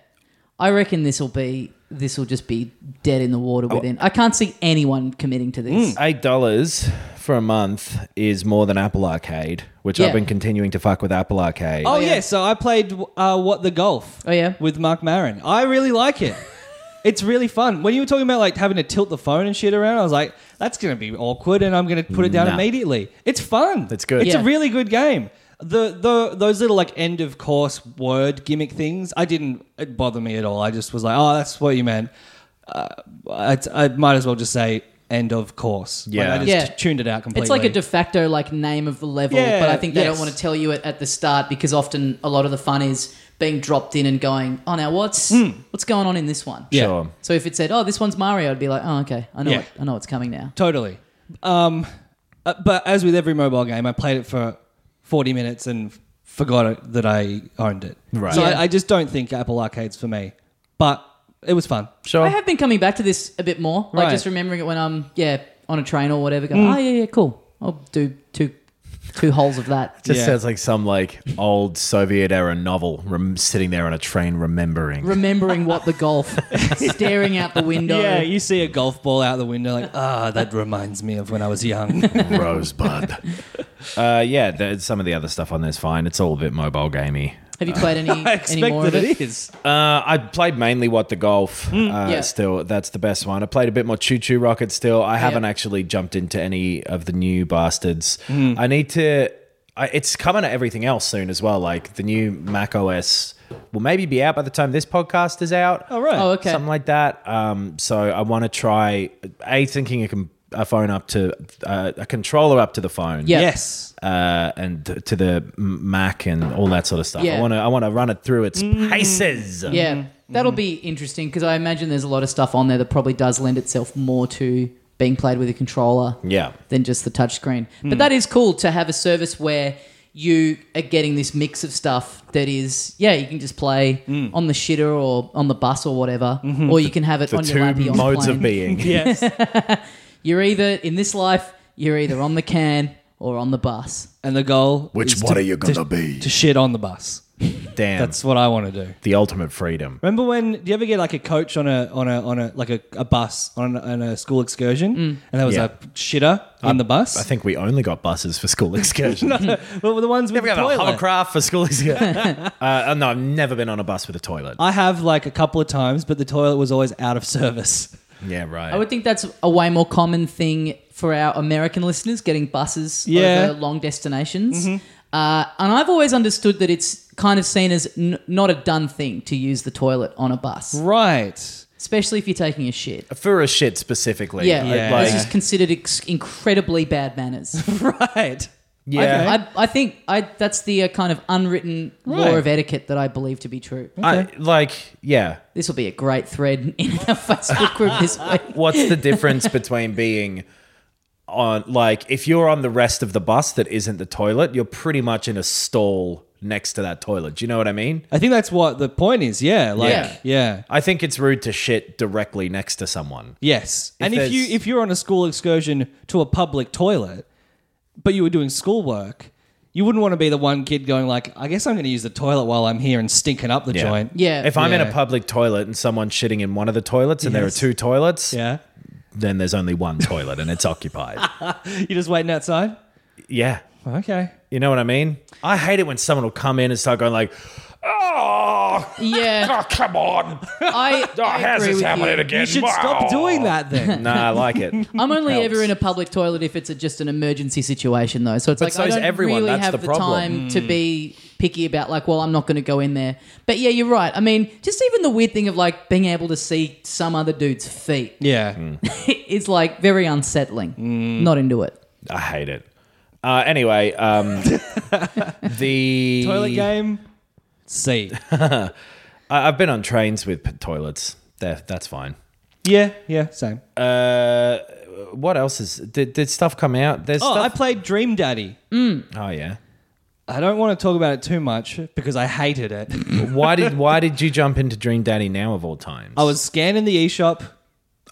I reckon this will be this will just be dead in the water Oh. within. I can't see anyone committing to this. Eight dollars for a month is more than Apple Arcade, which Yeah. I've been continuing to fuck with Apple Arcade. Oh, yeah. So I played uh, What the Golf. Oh, yeah? With Mark Maron. I really [laughs] like it. it's really fun. When you were talking about like having to tilt the phone and shit around, I was like, that's going to be awkward, and I'm going to put it down Nah. immediately. It's fun. It's good. It's Yeah. a really good game. The, the those little like end of course word gimmick things, I didn't it bother me at all. I just was like, oh, that's what you meant. Uh, I, I might as well just say end of course. Like, Yeah. I just Yeah. tuned it out completely. It's like a de facto like name of the level, Yeah, but I think they don't yes. want to tell you it at the start because often a lot of the fun is being dropped in and going, "Oh, now what's what's going on in this one?" Hmm. yeah. Sure. So if it said, "Oh, this one's Mario," I'd be like, "Oh, okay, I know, Yeah. what, I know what's coming now." Totally. Um, uh, but as with every mobile game, I played it for 40 minutes and f- forgot it, that I owned it. Right. So Yeah. I, I just don't think Apple Arcade's for me. But it was fun. Sure. I have been coming back to this a bit more, like Right. Hmm. just remembering it when I'm yeah on a train or whatever. Going, "Oh yeah, yeah, cool. I'll do two two holes of [laughs] that." just Yeah. sounds like some like old Soviet era novel rem- sitting there on a train [laughs] remembering. Remembering what the golf, [laughs] staring out the window. Yeah, you see a golf ball out the window, like, ah, that reminds me of when I was young. Rosebud. uh, yeah, there's some of the other stuff on there's fine. It's all a bit mobile gamey. Have you played any [laughs] I any more expect of that it? it is. Uh, I played mainly what the golf. uh, Hmm. yeah. Still, that's the best one. I played a bit more Choo Choo Rocket. Still, I haven't actually jumped into any of the new bastards. Hmm. I need to. I, it's coming to everything else soon as well. Like the new Mac OS will maybe be out by the time this podcast is out. All right. Oh, okay. Something like that. Um, so I want to try a syncing a, com- a phone up to uh, a controller up to the phone. Yeah. Yes. Uh, and t- to the Mac and all that sort of stuff. Yeah. Mm. I want to. I want to run it through its paces. Yeah, Mm-hmm. that'll be interesting because I imagine there's a lot of stuff on there that probably does lend itself more to being played with a controller Yeah. than just the touchscreen. Mm. But that is cool to have a service where you are getting this mix of stuff that is, yeah, you can just play Mm. on the shitter or on the bus or whatever, or you can have it Mm-hmm. the on your lappy two on modes the of plane. [laughs] being. Yes. You're either in this life, you're either on the can or on the bus. [laughs] and the goal Which is one to, are you gonna to- be? To shit on the bus. Damn, That's what I want to do. the ultimate freedom. Remember when? Do you ever get like a coach on a on a on a like a, a bus on a, on a school excursion, Mm. and there was Yeah. a shitter on the bus? I think we only got buses for [laughs] school excursions. well, the ones with Never the got a toilet. hovercraft for [laughs] school excursions. uh, uh, no, I've never been on a bus with a toilet. I have like a couple of times, but the toilet was always out of service. yeah, right. I would think that's a way more common thing for our American listeners getting buses Yeah. Mm-hmm. over long destinations. Uh, and I've always understood that it's kind of seen as n- not a done thing to use the toilet on a bus, [laughs] Right. especially if you're taking a shit. for a shit specifically. Yeah, I'd Yeah. like- this is considered ex- incredibly bad [laughs] manners. Right. yeah. I, I think I, that's the uh, kind of unwritten law Right. of etiquette that I believe to be true. I- like, yeah. This will be a great thread in our [laughs] Facebook group this week. What's [laughs] the difference between being on, like, if you're on the rest of the bus that isn't the toilet, you're pretty much in a stall next to that toilet. Do you know what I mean? I think that's what the point is. Yeah. Like. Yeah. Yeah. I think it's rude to shit directly next to someone. Yes. and if there's- you if you're on a school excursion to a public toilet, but you were doing schoolwork, You wouldn't want to be the one kid going like, I guess I'm going to use the toilet while I'm here and stinking up the Yeah. joint. Yeah. If I'm in Yeah. a public toilet and someone's shitting in one of the toilets and there Yes. are two toilets, Yeah. then there's [laughs] only one toilet and it's occupied. You just waiting outside? Yeah. Okay. You know what I mean? I hate it when someone will come in and start going like, "Oh, Yeah. oh [laughs] come on, I, oh, I [laughs] how's agree this with happening you. again?" You should stop Wow." doing that [laughs] then. Nah, I like it. I'm only Helps. ever in a public toilet if it's a, just an emergency situation, though. So it's like so I is don't everyone. really That's have the the, problem. Mm. time to be picky about like, well, I'm not going to go in there. But yeah, you're right. I mean, just even the weird thing of like being able to see some other dude's feet [laughs] yeah. Hmm. is like very unsettling. Mm. Not into it. I hate it. Uh, anyway, [laughs] um, the Toilet game. [laughs] C. I, I've been on trains with p- toilets. They're, that's fine. Yeah. Yeah. Same. Uh, what else is did, did stuff come out? There's oh, I stuff. played Dream Daddy. oh yeah. I don't want to talk about it too much because I hated [laughs] it. Why did why did you jump into Dream Daddy now of all times? I was scanning the eShop.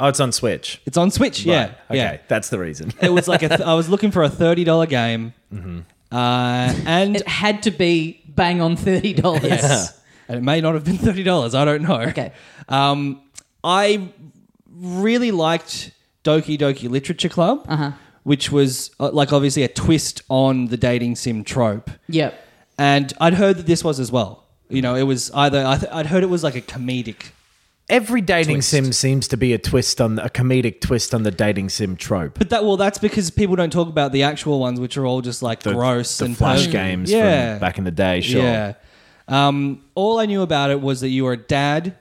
oh, it's on Switch. It's on Switch. Yeah. Right. Okay, Yeah. that's the reason. It was like a th- I was looking for a thirty dollar game, Mm-hmm. uh, and It had to be bang on thirty dollars. and it may not have been thirty dollars. I don't know. Okay. Um, I really liked Doki Doki Literature Club, Uh-huh. which was uh, like obviously a twist on the dating sim trope. [laughs] Yep. And I'd heard that this was as well. You know, it was either I th- I'd heard it was like a comedic. [laughs] Every dating sim seems to be a twist on a comedic twist on the dating sim trope. But that well, that's because people don't talk about the actual ones, which are all just like The, gross the and flash perv- games Yeah, from back in the day. Sure. Yeah. Um, all I knew about it was that you were a dad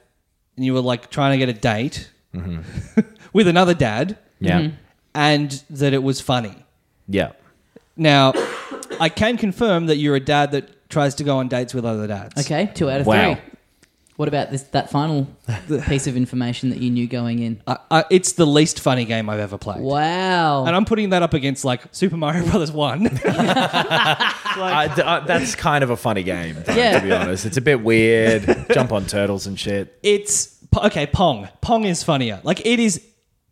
and you were like trying to get a date Mm-hmm. [laughs] with another dad Yeah. Mm-hmm. and that it was funny. Yeah. Now, I can confirm that you're a dad that tries to go on dates with other dads. Okay. Two out of Wow. three. What about this? That [laughs] final piece of information that you knew going in. I, I, it's the least funny game I've ever played. Wow. And I'm putting that up against like Super Mario Brothers [laughs] 1. I- d- I- that's kind of a funny game, though, Yeah. to be honest. It's a bit [laughs] weird. Jump on turtles and shit. it's okay, Pong. Pong is funnier. Like it is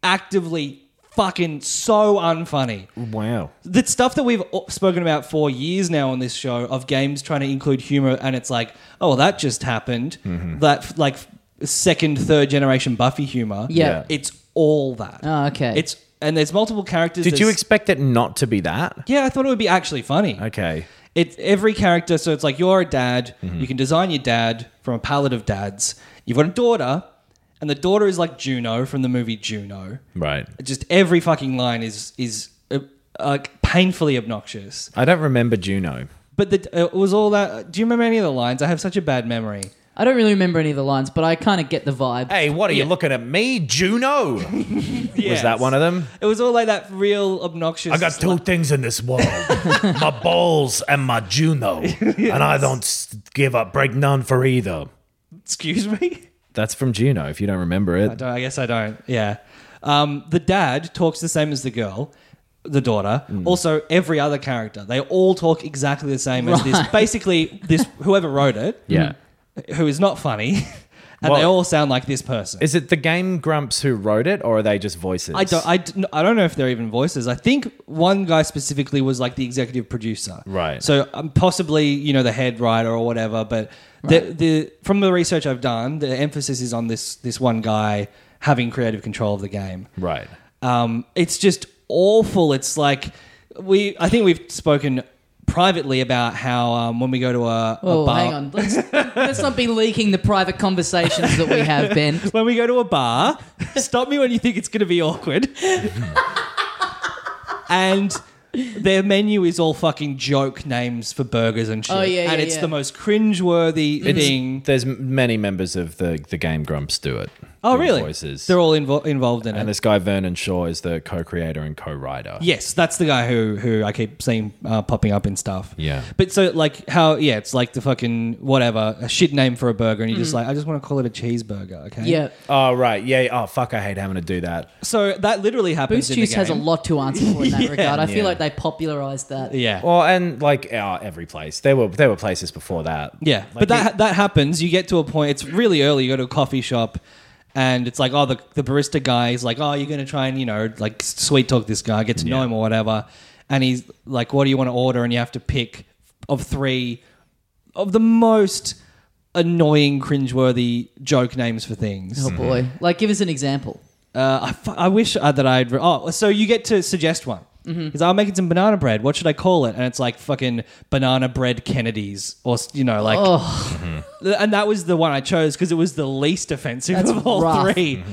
actively fucking so unfunny. Wow. the stuff that we've o- spoken about for years now on this show of games trying to include humor and it's like oh well, that just happened Mm-hmm. that like second third generation buffy humor Yeah. it's all that Oh, okay. it's and there's multiple characters Did you there's- expect it not to be that? yeah i thought it would be actually funny Okay. it's every character so it's like you're a dad Mm-hmm. you can design your dad from a palette of dads you've got a daughter and the daughter is like juno from the movie juno Right. just every fucking line is is uh, like painfully obnoxious I don't remember Juno. But the, it was all that. Do you remember any of the lines? I have such a bad memory. I don't really remember any of the lines, but I kind of get the vibe. Hey, what are you looking at me, Juno? Was that one of them? It was all like that real obnoxious. I got two things in this [laughs] world my balls and my Juno. And I don't s- give up, break none for either. Excuse me. That's from Juno. If you don't remember I it, don't. I guess I don't. Yeah. Um, the dad talks the same as the girl, the daughter. Mm. Also, every other character, they all talk exactly the same as this. Basically, this [laughs] whoever wrote it, yeah. who is not funny, [laughs] and they Well- all sound like this person. Is it the Game Grumps who wrote it, or are they just voices? I don't, I, d- I don't know if they're even voices. I think one guy specifically was like the executive producer. Right. So um, possibly, you know, the head writer or whatever. But the, the from the research I've done, the emphasis is on this this one guy having creative control of the game. Right. Um, it's just awful. It's like we. I think we've spoken privately about how um, when we go to a, a Oh, bar, hang on. Let's, let's not be leaking the private conversations that we have, [laughs] Ben. when we go to a bar, [laughs] stop me when you think it's going to be awkward. [laughs] and their menu is all fucking joke names for burgers and shit. Oh, yeah, and yeah, it's yeah. the most cringeworthy thing. There's m- many members of the the Game Grumps do it. Oh, Do really? Voices. They're all invo- involved in and it. this guy Vernon Shaw is the co-creator and co-writer. Yes, that's the guy who who I keep seeing uh, popping up and stuff. Yeah. But so like how yeah, it's like the fucking whatever a shit name for a burger, and you're just like, I just want to call it a cheeseburger. Okay. Mm. Yeah. Oh right, yeah. Oh fuck, I hate having to do that. So that literally happens. Boost in the Juice has a game. lot to answer for in [laughs] that regard. I feel yeah. like they popularized that. Yeah. Well, and like oh, every place, there were there were places before that. Yeah, but that that happens. You get to a point. It's really early. You go to a coffee shop, and it's like, oh, the, the barista guy is like, oh, you're gonna try and you know like sweet talk this guy, get to know him or whatever. And he's like, what do you want to order? And you have to pick of three of the most annoying, cringeworthy joke names for things. Oh boy! Mm-hmm. Like, give us an example. Uh, I, fu- I wish uh, that I'd. Re- oh, so you get to suggest one. Mm-hmm. Because I'm making some banana bread. What should I call it? And it's like fucking banana bread Kennedys, or s- you know, like. Th- And that was the one I chose because it was the least offensive That's of all rough. 3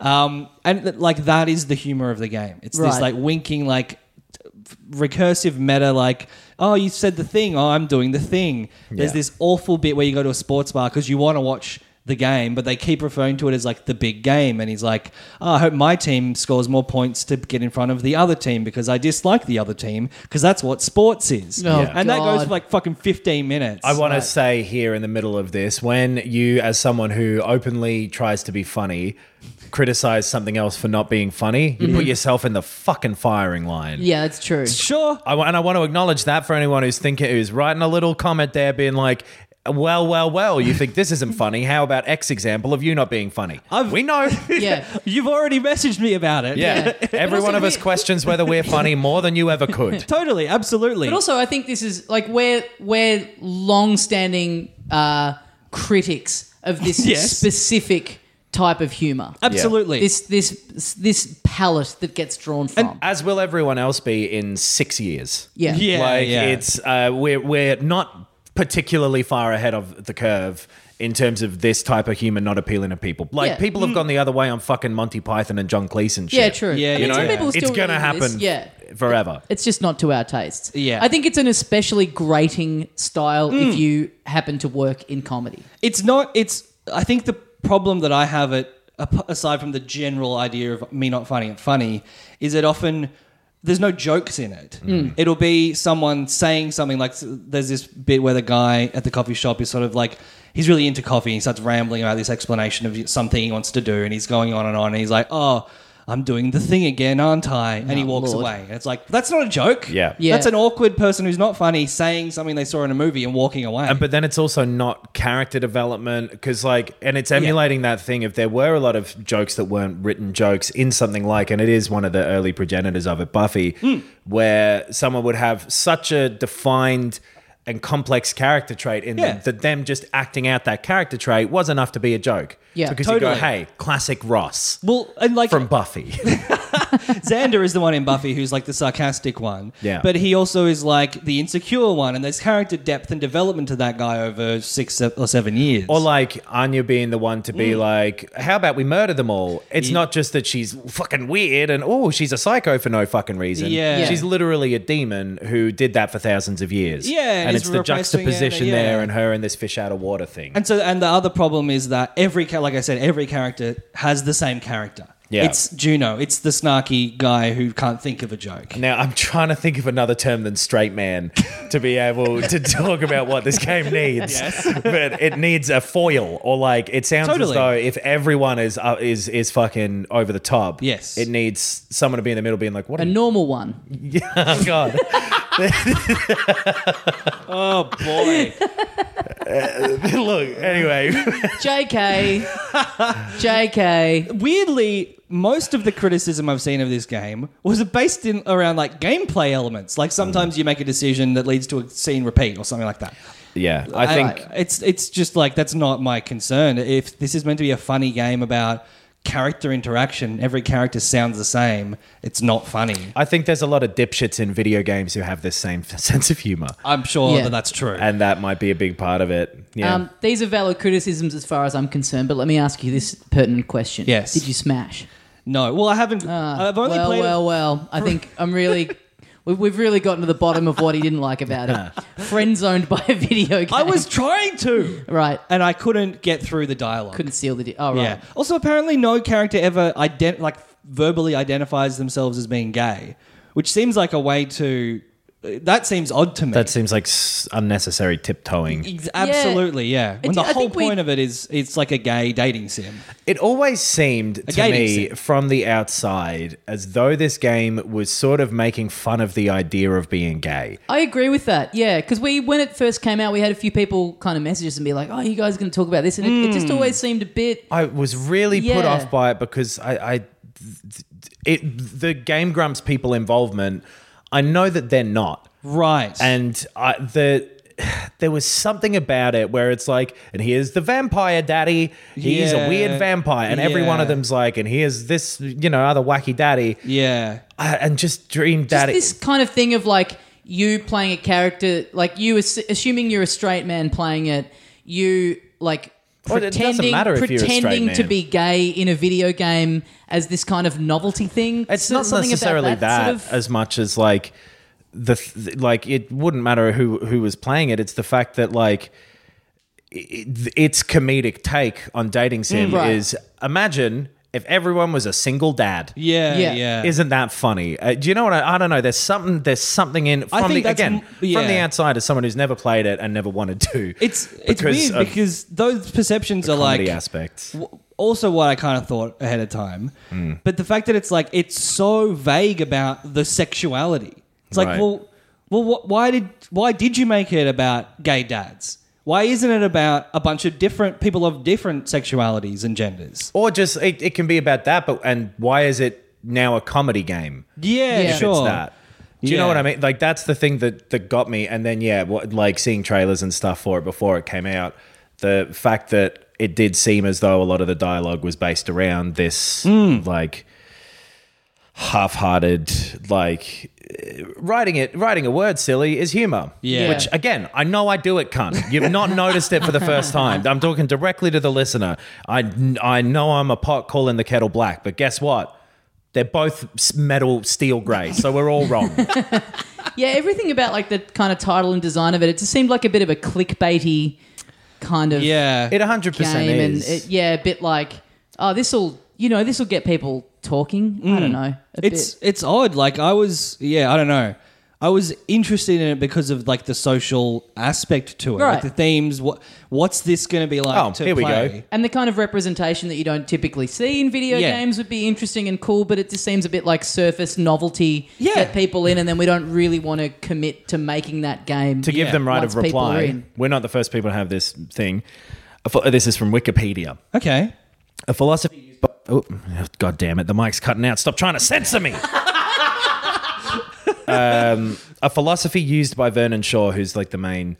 Um, and th- like that is the humor of the game. It's this Right. like winking, like t- f- recursive meta, like oh you said the thing, oh I'm doing the thing. There's Yeah. this awful bit where you go to a sports bar because you want to watch the game, but they keep referring to it as like the big game, and he's like, oh, I hope my team scores more points to get in front of the other team because I dislike the other team because that's what sports is. Oh, And that goes God. for like fucking 15 minutes. I want to say here in the middle of this, when you, as someone who openly tries to be funny, criticize something else for not being funny, you put yourself in the fucking firing line. Mm-hmm. Yeah, that's true. sure. I, wa- and I want to acknowledge that for anyone who's thinking, who's writing a little comment there, being like, well, well, well, you think this isn't funny. How about X example of you not being funny? I've- we know. [laughs] Yeah. You've already messaged me about it. Yeah. Yeah. Every But one of also us we- questions whether we're funny more than you ever could. Totally, absolutely. But also, I think this is like we're we're long-standing uh, critics of this [laughs] Yes. specific type of humor. absolutely. This this this palette that gets drawn from. As will everyone else be in six years. yeah. Yeah. like it's uh, we're we're not particularly far ahead of the curve in terms of this type of humor not appealing to people. Like Yeah. Mm. people have gone the other way on fucking Monty Python and John Cleese and shit. Yeah, true. I Yeah, mean, you some know, people It's still gonna really do happen. this. Yeah. Forever. It's just not to our tastes. Yeah. Mm. I think it's an especially grating style if you happen to work in comedy. it's not it's i think the problem that i have it ap- aside from the general idea of me not finding it funny is it often there's no jokes in it Mm. it'll be someone saying something like there's this bit where the guy at the coffee shop is sort of like he's really into coffee and he starts rambling about this explanation of something he wants to do and he's going on and on and he's like oh I'm doing the thing again, aren't I? And he Oh, walks Lord. away. And it's like, that's not a joke. Yeah. Yeah. That's an awkward person who's not funny saying something they saw in a movie and walking away. And, but then it's also not character development because, like, and it's emulating that thing. If there were a lot of jokes that weren't written jokes in something like, and it is one of the early progenitors of it, Buffy, Hmm. where someone would have such a defined and complex character trait in Yeah. them that them just acting out that character trait was enough to be a joke. Yeah. because you Totally. go, hey, classic Ross well, and like from Buffy. [laughs] Xander is the one in Buffy who's like the sarcastic one. Yeah. But he also is like the insecure one, and there's character depth and development to that guy over six se- or seven years. Or like Anya being the one to be like, how about we murder them all? It's Mm. Ye- not just that she's fucking weird and oh, she's a psycho for no fucking reason. Yeah. Yeah. She's literally a demon who did that for thousands of years. Yeah, and And is it's the replacing it, uh, juxtaposition yeah. there and her and this fish out of water thing. and so, and the other problem is that every, cha- like I said, every character has the same character. Yeah. It's Juno. It's the snarky guy who can't think of a joke. now I'm trying to think of another term than [laughs] straight man to be able to talk about what this game needs, but it needs a foil or like it sounds Totally. as though if everyone is uh, is is fucking over the top, Yes. it needs someone to be in the middle, being like, what A are you normal one. Oh [laughs] God. Oh boy. Look, [laughs] anyway. JK. JK. [laughs] Weirdly, most of the criticism I've seen of this game was based in around like gameplay elements. Like sometimes you make a decision that leads to a scene repeat or something like that. [laughs] Yeah, I think I- Uh, it's it's just like that's not my concern. If this is meant to be a funny game about character interaction, every character sounds the same. It's not funny. I think there's a lot of dipshits in video games who have this same [laughs] sense of humor, I'm sure Yeah. that that's true. and that might be a big part of it. Yeah. Um, these are valid criticisms as far as I'm concerned, but let me ask you this pertinent question. Yes. Did you smash? no, well, I haven't. Uh, I've only well, played. well, well. I think I'm [laughs] really. We've, we've really gotten to the bottom of what he didn't like about [laughs] it. Friend zoned by a video game. I was trying to, [laughs] right. and I couldn't get through the dialogue. Couldn't seal the. Di- oh right. Yeah. Also, apparently, no character ever ident- like verbally identifies themselves as being gay, which seems like a way to. That seems odd to me. that seems like s- unnecessary tiptoeing. Ex- Absolutely, yeah. When It's- the I whole think we- point of it is it's like a gay dating sim. It always seemed to dating me sim. from the outside as though this game was sort of making fun of the idea of being gay. I agree with that. Yeah, because we when it first came out, we had a few people kind of messages and be like, "Oh, you guys going to talk about this?" And it, it Hmm. just always seemed a bit. I was really put Yeah. off by it because I, I th- th- it, the Game Grumps people involvement. I know that they're not, Right. and I, the there was something about it where it's like, and here's the vampire daddy. He's Yeah. a weird vampire, and every one of Yeah. them's like, and here's this, you know, other wacky daddy, yeah. I, and just dream Just daddy. this kind of thing of like you playing a character, like you ass- assuming you're a straight man playing it, you like Well, it doesn't pretending, matter if you're a straight pretending to man. be gay in a video game as this kind of novelty thing. it's So- not something about necessarily that, sort of- as much as like the th- like it wouldn't matter who who was playing it it's the fact that like it, its comedic take on dating sim Mm, right. is imagine if everyone was a single dad Yeah. Yeah. Yeah. Isn't that funny? Uh, do you know what? I, I don't know. There's something. There's something in I from think the that's again m- yeah. from the outside as someone who's never played it and never wanted to. it's it's because weird of because those perceptions are like comedy aspects. w- also what I kind of thought ahead of time. Mm. But the fact that it's like it's so vague about the sexuality. It's like, Right. well, well, wh- why did why did you make it about gay dads? Why isn't it about a bunch of different people of different sexualities and genders? Or just it, it can be about that. But and why is it now a comedy game? Yeah, Yeah. if sure. it's that. Do you Yeah. know what I mean? Like that's the thing that that got me. And then yeah, what, like seeing trailers and stuff for it before it came out, the fact that it did seem as though a lot of the dialogue was based around this Hmm. like half-hearted like eh, writing it writing a word silly is humor Yeah. which again i know i do it cunt you've [laughs] not noticed it for the first time i'm talking directly to the listener i i know i'm a pot calling the kettle black but guess what they're both s- metal steel grey, so we're [laughs] all wrong. yeah, everything about like the kind of title and design of it. It just seemed like a bit of a clickbaity kind of Yeah. It 100% game, and is. it, yeah, a bit like oh, this will you know this will get people talking. I Mm. don't know. a it's bit. it's odd. Like I was, yeah, I don't know. I was interested in it because of like the social aspect to it, Right. like the themes. What what's this going to be like? Oh, to here we play? go. And the kind of representation that you don't typically see in video Yeah. games would be interesting and cool, but it just seems a bit like surface novelty. Yeah. Get people in, and then we don't really want to commit to making that game. to give Yeah. them right Once of people are reply, in. [laughs] we're not the first people to have this thing. A ph- This is from Wikipedia. Okay. A philosophy used by. Oh, God damn it. The mic's cutting out. Stop trying to censor me. um, a philosophy used by Vernon Shaw, who's like the main,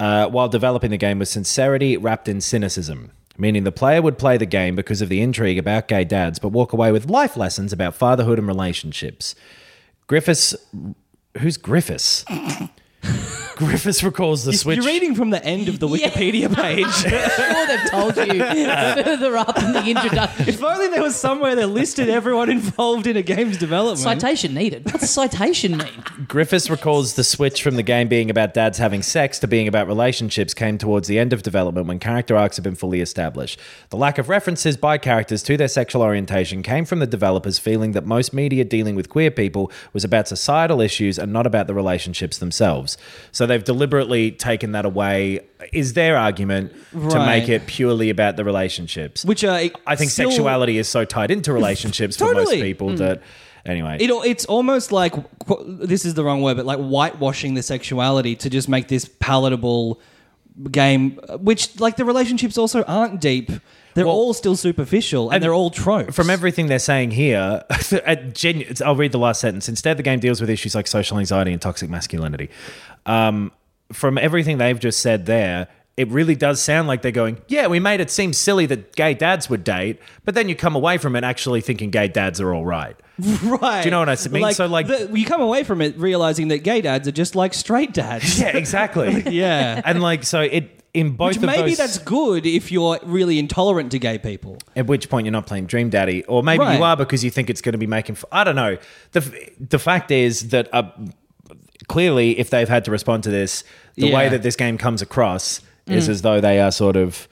uh, while developing the game, was sincerity wrapped in cynicism. Meaning the player would play the game because of the intrigue about gay dads, but walk away with life lessons about fatherhood and relationships. Griffiths. Who's Griffiths? Griffiths recalls the switch. You're reading from the end of the [laughs] Yeah. [laughs] Wikipedia page. sure they've told you [laughs] further up in the introduction. if only there was somewhere that listed everyone involved in a game's development. citation needed. What's citation mean? Griffiths recalls the switch from the game being about dads having sex to being about relationships came towards the end of development when character arcs have been fully established. The lack of references by characters to their sexual orientation came from the developers feeling that most media dealing with queer people was about societal issues and not about the relationships themselves. So they've deliberately taken that away, is their argument, to Right. make it purely about the relationships. Which are I think still- sexuality is so tied into relationships for most Totally. Mm. people that. Anyway, It, it's almost like qu- this is the wrong word, but like whitewashing the sexuality to just make this palatable game, which like the relationships also aren't deep. They're Well- all still superficial and they're all tropes. From [laughs] everything they're saying here, [laughs] at genu- it's- I'll read the last sentence. Instead, the game deals with issues like social anxiety and toxic masculinity. Um, from everything they've just said there, it really does sound like they're going, yeah, we made it seem silly that gay dads would date, but then you come away from it actually thinking gay dads are [laughs] all right. right? Do you know what I mean? So, like- the, you come away from it realizing that gay dads are just like straight dads. [laughs] yeah, exactly. [laughs] yeah. And like, so it in both Which of maybe those, that's good if you're really intolerant to gay people. at which point you're not playing Dream Daddy, or maybe Right. you are because you think it's going to be making. F- I don't know. the f- The fact is that uh, clearly, if they've had to respond to this, the Yeah. Mm. way that this game comes across is as though they are sort of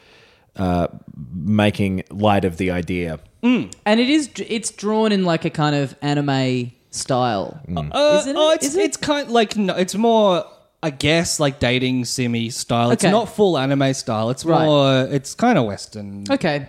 uh, making light of the idea. And it is it's drawn in like a kind of anime style. Mm. Uh, Isn't it? Oh, it's Is it? it's kind like no, it's more I guess like dating simi style. It's Okay. not full anime style. It's Right. more it's kind of western. Okay. A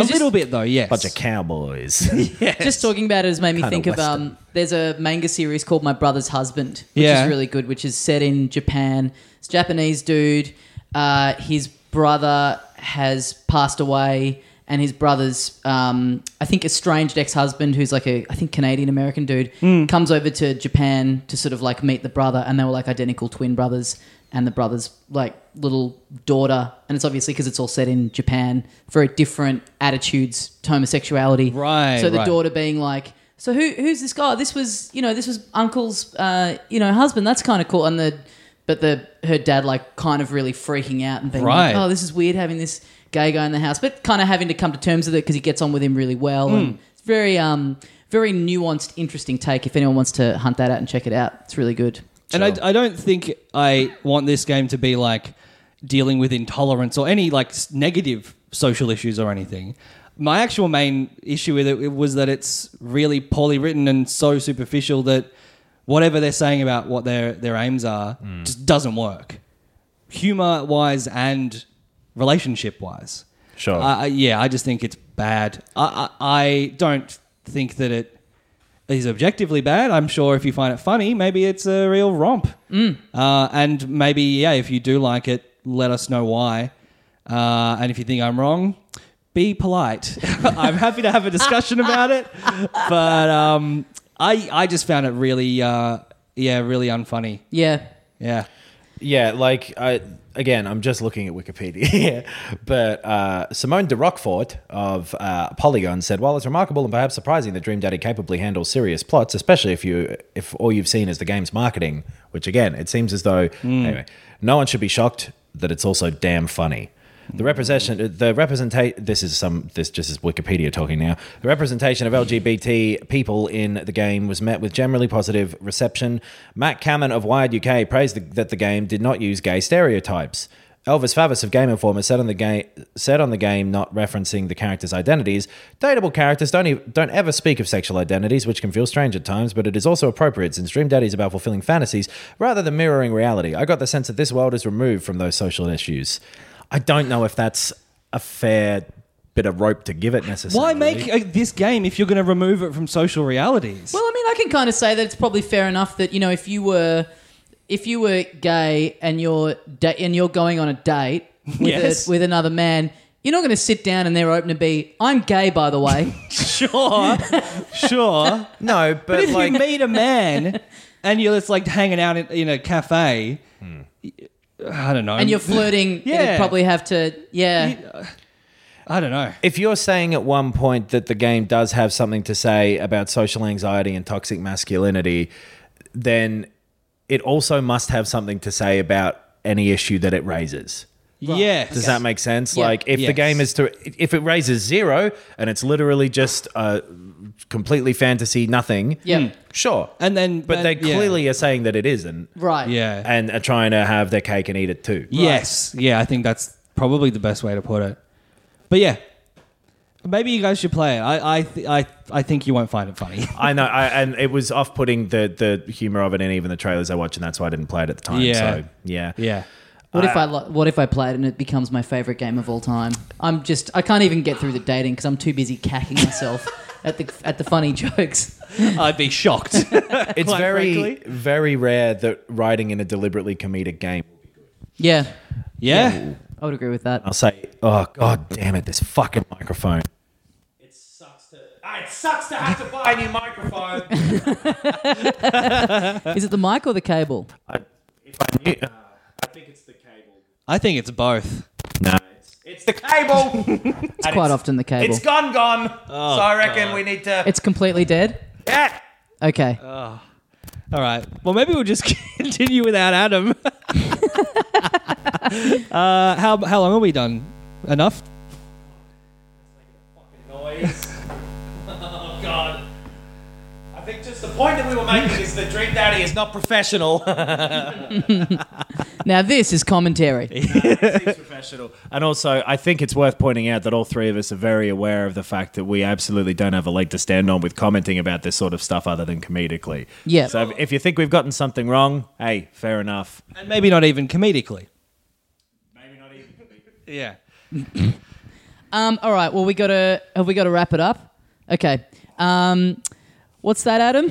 'Cause just- little bit though, yes. Bunch of cowboys. [laughs] [laughs] Just talking about it has made me Kinda think of Western. um, there's a manga series called My Brother's Husband, which Yeah. is really good, which is set in Japan. It's a Japanese dude. Uh, his brother has passed away, and his brother's, um, I think, estranged ex-husband who's like a, I think, Canadian American dude, Hmm. comes over to Japan to sort of like meet the brother, and they were like identical twin brothers, and the brother's like little daughter, and it's obviously because it's all set in Japan, very different attitudes to homosexuality, Right, So the right. daughter being like. So who who's this guy? This was you know this was uncle's uh, you know husband. That's kind of cool. And the but the her dad like kind of really freaking out and being Right. like, oh this is weird having this gay guy in the house, but kind of having to come to terms with it because he gets on with him really well. And it's very um very nuanced, interesting take. If anyone wants to hunt that out and check it out, it's really good. And I, I don't think I want this game to be like dealing with intolerance or any like s- negative social issues or anything. My actual main issue with it was that it's really poorly written and so superficial that whatever they're saying about what their their aims are just doesn't work, humor wise and relationship wise. Sure. I, I, yeah, I just think it's bad. I, I I don't think that it is objectively bad. I'm sure if you find it funny, maybe it's a real romp. Uh, and maybe, yeah, if you do like it, let us know why. Uh, and if you think I'm wrong, be polite. [laughs] I'm happy to have a discussion about it. But um, I, I just found it really, uh, yeah, really unfunny. Yeah, Yeah. Yeah, like I again, I'm just looking at Wikipedia, [laughs] here, but uh, Simone de Rochefort of uh, Polygon said, "While it's remarkable and perhaps surprising that Dream Daddy capably handles serious plots, especially if you if all you've seen is the game's marketing, which again, it seems as though anyway, no one should be shocked that it's also damn funny." The representation, the representation. This is some. This just is Wikipedia talking now. The representation of LGBT people in the game was met with generally positive reception. Matt Cameron of Wired UK praised the, that the game did not use gay stereotypes. Elvis Favis of Game Informer said on the game said on the game, not referencing the characters' identities. Dateable characters don't ev- don't ever speak of sexual identities, which can feel strange at times, but it is also appropriate since Dream Daddy is about fulfilling fantasies rather than mirroring reality. I got the sense that this world is removed from those social issues. I don't know if that's a fair bit of rope to give it Why necessarily. make uh, this game if you're going to remove it from social realities? Well, I mean, I can kind of say that it's probably fair enough that you know if you were if you were gay and you're da- and you're going on a date with, Yes. a, with another man, you're not going to sit down and they're open to be. I'm gay, by the way. [laughs] sure, sure. No, [laughs] but, But if like you meet a man and you're just like hanging out in, in a cafe, I don't know. and you're flirting. Yeah. you'd probably have to. Yeah, I don't know. if you're saying at one point that the game does have something to say about social anxiety and toxic masculinity, then it also must have something to say about any issue that it raises. Yes. Does that make sense? Yeah. Like if Yes. the game is to if it raises zero and it's literally just uh, completely fantasy nothing, Yeah. Mm. sure. And then- but then- they yeah. clearly are saying that it isn't, right. Yeah. and are trying to have their cake and eat it too. Yes. Yeah, I think that's probably the best way to put it. But yeah, maybe you guys should play it. I I th- I, I think you won't find it funny. I know, I, and it was off-putting the the humor of it, and even the trailers I watched, and that's why I didn't play it at the time. Yeah. So yeah, yeah. What if I lo- what if I played and it becomes my favorite game of all time? I'm just I can't even get through the dating because I'm too busy cacking myself at the at the funny jokes. I'd be [laughs] shocked. it's Quite very frankly. very rare that writing in a deliberately comedic game. Yeah, yeah. I would agree with that. I'll say, oh god damn it, this fucking microphone. It sucks to. Ah, It sucks to have to buy a new microphone. Is it the mic or the cable? [laughs] I, if I knew, uh, I think it's the cable. I think it's both. No, It's the cable. [laughs] It's quite often the cable. It's gone, gone. Oh, so I reckon we need to. It's completely dead. Yeah. Okay. Uh. All right. Well, maybe we'll just [laughs] continue without Adam. [laughs] uh, how how long are we done? Enough. Noise. oh God. I think just the point that we were making is that Dream Daddy is not [laughs] professional. Now this is [laughs] commentary. Seems professional. And also, I think it's worth pointing out that all three of us are very aware of the fact that we absolutely don't have a leg to stand on with commenting about this sort of stuff other than comedically. Yeah. So if you think we've gotten something wrong, hey, fair enough. And maybe not even comedically. Maybe not even. Yeah. Um, all right. Well, we gotta have we gotta wrap it up. Okay. Um, what's that, Adam?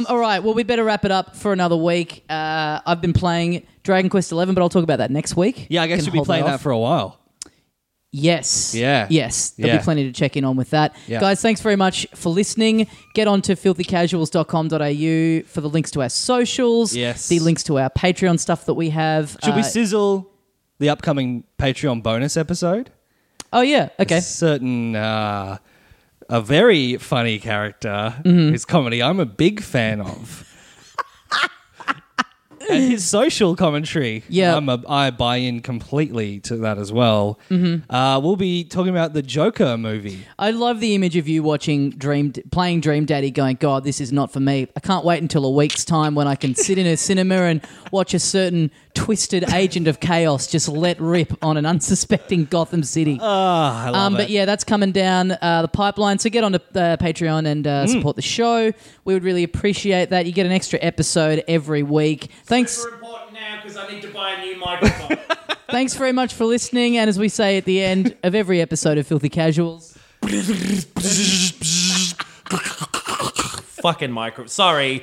[laughs] um, all right. Well, we better wrap it up for another week. Uh, I've been playing Dragon Quest Eleven, but I'll talk about that next week. Yeah, I guess Can you'll be hold playing that, off. for a while. Yes. Yeah. Yes. There'll Yeah. be plenty to check in on with that. Yeah. Guys, thanks very much for listening. Get on to filthycasuals.com.au for the links to our socials, Yes. the links to our Patreon stuff that we have. Should we Uh, sizzle the upcoming Patreon bonus episode? Oh, yeah. Okay. A certain, uh, a very funny character Mm-hmm. whose comedy I'm a big [laughs] fan of. and his social commentary. Yeah. I'm a, I buy in completely to that as well. Mm-hmm. Uh, we'll be talking about the Joker movie. I love the image of you watching Dream, playing Dream Daddy, going, "God, this is not for me." I can't wait until a week's time when I can sit in a cinema and watch a certain twisted agent of chaos just let rip on an unsuspecting Gotham City. Ah, I love um, it. but yeah, that's coming down uh, the pipeline. So get on to uh, Patreon and uh, Mm. support the show. We would really appreciate that. You get an extra episode every week. Thanks. Super important now because I need to buy a new [laughs] microphone. Thanks very much for listening. And as we say at the end of every episode of Filthy Casuals, Fucking micro. Sorry.